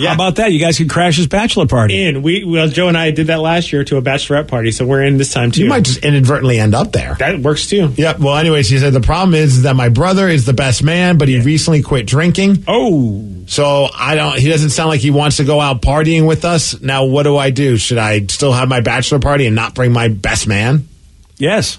Speaker 1: How about that? You guys can crash his bachelor party.
Speaker 8: In we well, Joe and I did that last year to a bachelorette party, so we're in this time too.
Speaker 3: You might just inadvertently end up there.
Speaker 8: That works too.
Speaker 3: Yep. Well, anyways, he said the problem is that my brother is the best man, but he recently quit drinking.
Speaker 1: Oh,
Speaker 3: so I don't. He doesn't sound like he wants to go out partying with us. Now, what do I do? Should I still have my bachelor party and not bring my best man?
Speaker 1: Yes.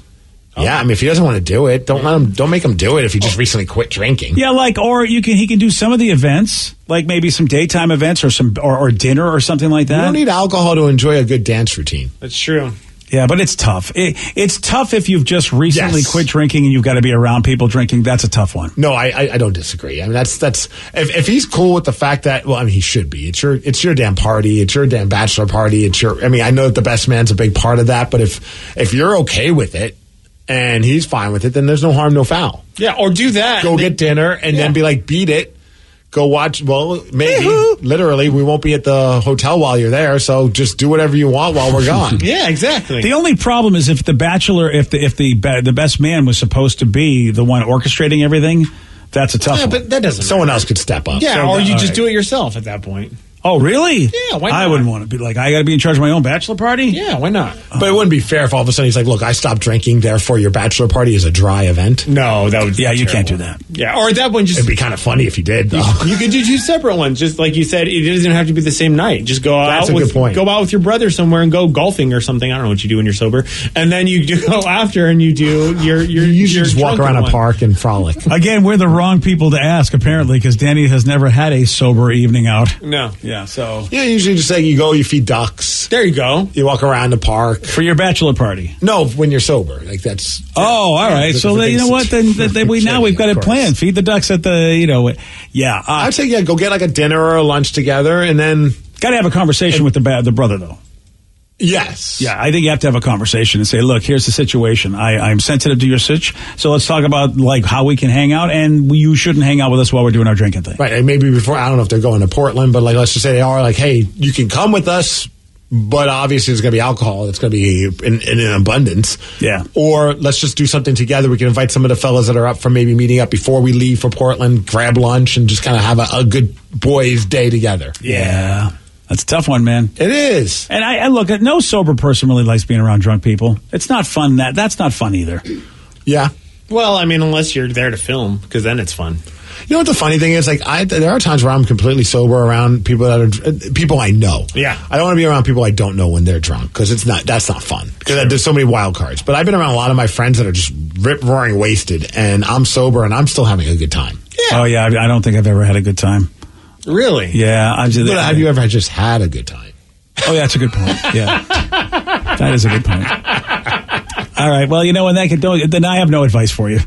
Speaker 3: Yeah, I mean, if he doesn't want to do it, don't let him. Don't make him do it if he just recently quit drinking.
Speaker 1: Yeah, like or you can he can do some of the events, like maybe some daytime events or some or, or dinner or something like
Speaker 3: You don't
Speaker 1: that.
Speaker 3: need alcohol to enjoy a good dance routine.
Speaker 8: That's true.
Speaker 1: Yeah, but it's tough. It, it's tough if you've just recently
Speaker 3: Yes.
Speaker 1: quit drinking and you've got to be around people drinking. That's a tough one.
Speaker 3: No, I, I I don't disagree. I mean, that's that's if, if he's cool with the fact that well, I mean, he should be. It's your it's your damn party. It's your damn bachelor party. It's your. I mean, I know that the best man's a big part of that, but if if you're okay with it and he's fine with it, then there's no harm, no foul.
Speaker 8: Yeah, or do that.
Speaker 3: Go get dinner and then be like, beat it. Go watch. Well, maybe literally, we won't be at the hotel while you're there. So just do whatever you want while we're gone.
Speaker 8: yeah, exactly.
Speaker 1: The only problem is if the bachelor, if the if the be, the best man was supposed to be the one orchestrating everything, that's a tough.
Speaker 8: Yeah,
Speaker 1: one.
Speaker 8: but that doesn't
Speaker 3: Someone else could step up.
Speaker 8: Yeah,
Speaker 1: So
Speaker 8: or
Speaker 1: that-
Speaker 8: you
Speaker 1: all
Speaker 8: just
Speaker 1: right.
Speaker 8: do it yourself at that point.
Speaker 1: Oh, really?
Speaker 8: Yeah, why
Speaker 1: I
Speaker 8: not?
Speaker 1: wouldn't want to be like I got to be in charge of my own bachelor party.
Speaker 8: Yeah, why not?
Speaker 3: But it wouldn't be fair if all of a sudden he's like, "Look, I stopped drinking, therefore your bachelor party is a dry event."
Speaker 8: No, that would.
Speaker 1: Yeah, you can't do that.
Speaker 8: Yeah, or at that point, just
Speaker 3: It'd be kind of funny if you did. Though.
Speaker 8: you could do two separate ones, just like you said. It doesn't have to be the same night. Just go
Speaker 3: That's
Speaker 8: out
Speaker 3: a
Speaker 8: with
Speaker 3: good point.
Speaker 8: go out with your brother somewhere and go golfing or something. I don't know what you do when you're sober, and then you do go after and you do your
Speaker 3: You
Speaker 8: your. your
Speaker 3: should just walk around
Speaker 8: drunken
Speaker 3: a
Speaker 8: one.
Speaker 3: park and frolic.
Speaker 1: Again, we're the wrong people to ask apparently because Danny has never had a sober evening out.
Speaker 8: No,
Speaker 1: Yeah, so
Speaker 3: yeah, usually just like you go, you feed ducks,
Speaker 8: there you go.
Speaker 3: you walk around the park.
Speaker 1: for your bachelor party.
Speaker 3: No, when you're sober, like that's
Speaker 1: Oh, all right.
Speaker 3: it's a
Speaker 1: So
Speaker 3: different
Speaker 1: then, you know
Speaker 3: thing.
Speaker 1: what? Then, then, then we now we've got
Speaker 3: Of
Speaker 1: it
Speaker 3: course.
Speaker 1: planned. Feed the ducks at the you know, yeah. Uh,
Speaker 3: I'd say yeah, go get like a dinner or a lunch together, and then
Speaker 1: got to have a conversation with the ba- the brother though.
Speaker 3: yes,
Speaker 1: Yeah, I think you have to have a conversation and say, look, here's the situation. I, I'm sensitive to your sitch, so let's talk about like how we can hang out, and we, you shouldn't hang out with us while we're doing our drinking thing.
Speaker 3: right. And maybe before I don't know if they're going to Portland, but like let's just say they are. Like, hey, you can come with us. But obviously, there's going to be alcohol. It's going to be in, in an abundance.
Speaker 1: Yeah.
Speaker 3: Or let's just do something together. We can invite some of the fellas that are up for maybe meeting up before we leave for Portland, grab lunch, and just kind of have a, a good boys' day together.
Speaker 1: Yeah, that's a tough one, man.
Speaker 3: It is.
Speaker 1: And I, I look, no sober person really likes being around drunk people. It's not fun. That that's not fun either.
Speaker 3: Yeah.
Speaker 8: Well, I mean, unless you're there to film, because then it's fun.
Speaker 3: You know what the funny thing is? Like, I there are times where I'm completely sober around people that are uh, people I know.
Speaker 8: Yeah.
Speaker 3: I don't want to be around people I don't know when they're drunk because it's not that's not fun because there's so many wild cards. But I've been around a lot of my friends that are just rip roaring wasted, and I'm sober and I'm still having a good time.
Speaker 1: Oh yeah, I, I don't think I've ever had a good time.
Speaker 8: Really?
Speaker 1: Yeah, I'm just.
Speaker 3: But have you ever just had a good time?
Speaker 1: Oh, yeah, that's a good point. Yeah, that is a good point. All right. Well, you know, and that could, don't, then I have no advice for you.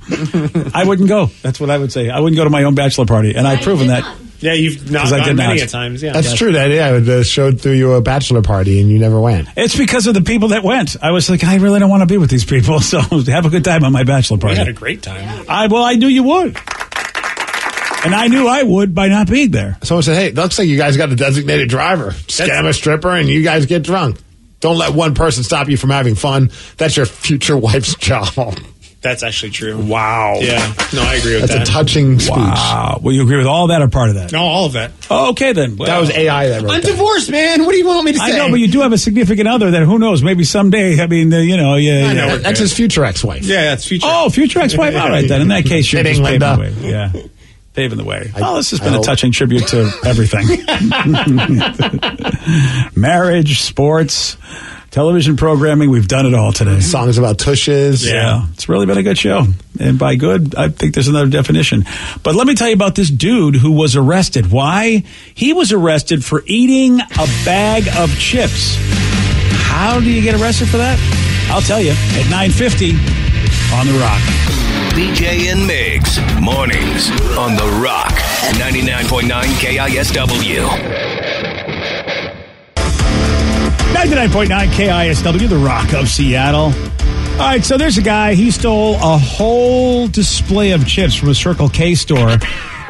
Speaker 1: I wouldn't go. That's what I would say. I wouldn't go to my own bachelor party, and I've proven that.
Speaker 8: Yeah, you've not
Speaker 1: 'Cause I
Speaker 8: gone
Speaker 1: did
Speaker 8: many
Speaker 1: not.
Speaker 8: a times. Yeah,
Speaker 3: That's true. That yeah, it, uh, showed through you a bachelor party and you never went.
Speaker 1: It's because of the people that went. I was like, I really don't want to be with these people. So have a good time on my bachelor
Speaker 8: We had
Speaker 1: party.
Speaker 8: a great time.
Speaker 1: I well, I knew you would. And I knew I would by not being there.
Speaker 3: Someone said, "Hey, looks like you guys got a designated driver. Scam a stripper, and you guys get drunk. Don't let one person stop you from having fun. That's your future wife's job."
Speaker 8: That's actually true. Wow. Yeah. No, I agree with
Speaker 3: That's
Speaker 8: that.
Speaker 3: a touching speech.
Speaker 1: Wow. Well, you agree with all that or part of that?
Speaker 8: No, all of that.
Speaker 1: Oh, Okay, then.
Speaker 3: That was AI that wrote
Speaker 1: I'm
Speaker 3: that.
Speaker 8: divorced, man. What do you want me to
Speaker 1: I
Speaker 8: say?
Speaker 1: know, but you do have a significant other that who knows? Maybe someday. I mean, uh, you know, yeah.
Speaker 3: I know,
Speaker 1: yeah.
Speaker 3: we're That's good. his future ex-wife.
Speaker 8: Yeah, that's future.
Speaker 1: Oh, future ex-wife. All right, then. In that case, you're
Speaker 3: Kidding,
Speaker 1: just paving the way.
Speaker 3: Linda.
Speaker 1: Yeah, paving the way. Well, this has
Speaker 3: I
Speaker 1: been a
Speaker 3: hope.
Speaker 1: touching tribute to everything: marriage, sports, television programming. We've done it all today.
Speaker 3: Songs about tushes.
Speaker 1: Yeah, it's really been a good show. And by good, I think there's another definition. But let me tell you about this dude who was arrested. Why? He was arrested for eating a bag of chips. How do you get arrested for that? I'll tell you at 950 on The Rock.
Speaker 4: BJ and Migs, mornings on The Rock, 99.9 KISW.
Speaker 1: 99.9 KISW, The Rock of Seattle. All right, so there's a guy. He stole a whole display of chips from a Circle K store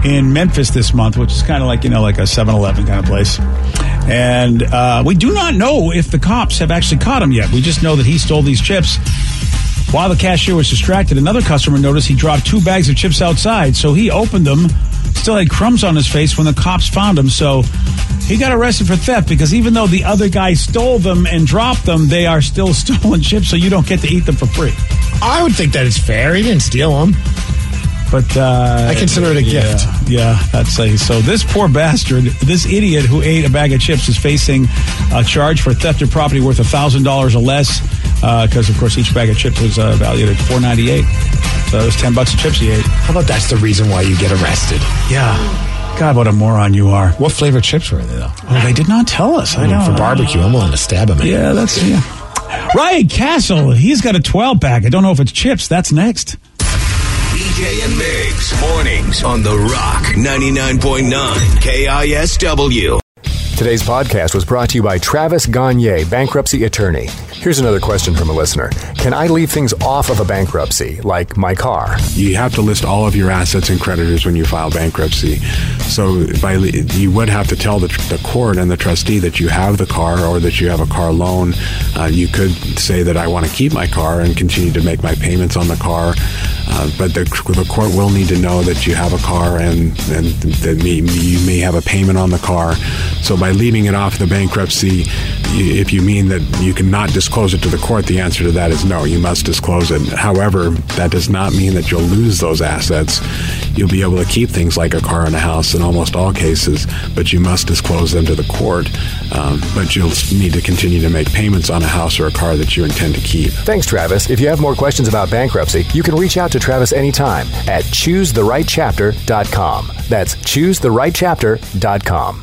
Speaker 1: in Memphis this month, which is kind of like, you know, like a 7 Eleven kind of place. And uh, we do not know if the cops have actually caught him yet. We just know that he stole these chips. While the cashier was distracted, another customer noticed he dropped two bags of chips outside, so he opened them. Still had crumbs on his face when the cops found him, so he got arrested for theft because even though the other guy stole them and dropped them, they are still stolen chips, so you don't get to eat them for free.
Speaker 3: I would think that it's fair. He didn't steal them.
Speaker 1: But uh,
Speaker 3: I consider it a
Speaker 1: yeah,
Speaker 3: gift.
Speaker 1: Yeah, that's a uh, so. This poor bastard, this idiot who ate a bag of chips, is facing a charge for theft of property worth a thousand dollars or less. Because of course, each bag of chips was uh, valued at four ninety eight. So it was ten bucks a chips he ate.
Speaker 3: How about that's the reason why you get arrested?
Speaker 1: Yeah. God, what a moron you are.
Speaker 3: What flavor chips were they, though?
Speaker 1: Oh, they did not tell us. I
Speaker 3: mean,
Speaker 1: know.
Speaker 3: For barbecue, I'm willing to stab him.
Speaker 1: Yeah, that's yeah. Ryan Castle, he's got a twelve pack. I don't know if it's chips. That's next.
Speaker 4: BJ and Migs, mornings on The Rock, 99.9 KISW.
Speaker 13: Today's podcast was brought to you by Travis Gagne, bankruptcy attorney. Here's another question from a listener Can I leave things off of a bankruptcy, like my car?
Speaker 2: You have to list all of your assets and creditors when you file bankruptcy. So by you would have to tell the, the court and the trustee that you have the car or that you have a car loan. Uh, you could say that I want to keep my car and continue to make my payments on the car, uh, but the, the court will need to know that you have a car and, and that may, you may have a payment on the car. So by leaving it off the bankruptcy, you- if you mean that you cannot disclose it to the court, the answer to that is no, you must disclose it. However, that does not mean that you'll lose those assets. You'll be able to keep things like a car and a house in almost all cases, but you must disclose them to the court. Um, but you'll need to continue to make payments on a house or a car that you intend to keep.
Speaker 13: Thanks, Travis. If you have more questions about bankruptcy, you can reach out to Travis anytime at choosetherightchapter.com. That's choosetherightchapter.com.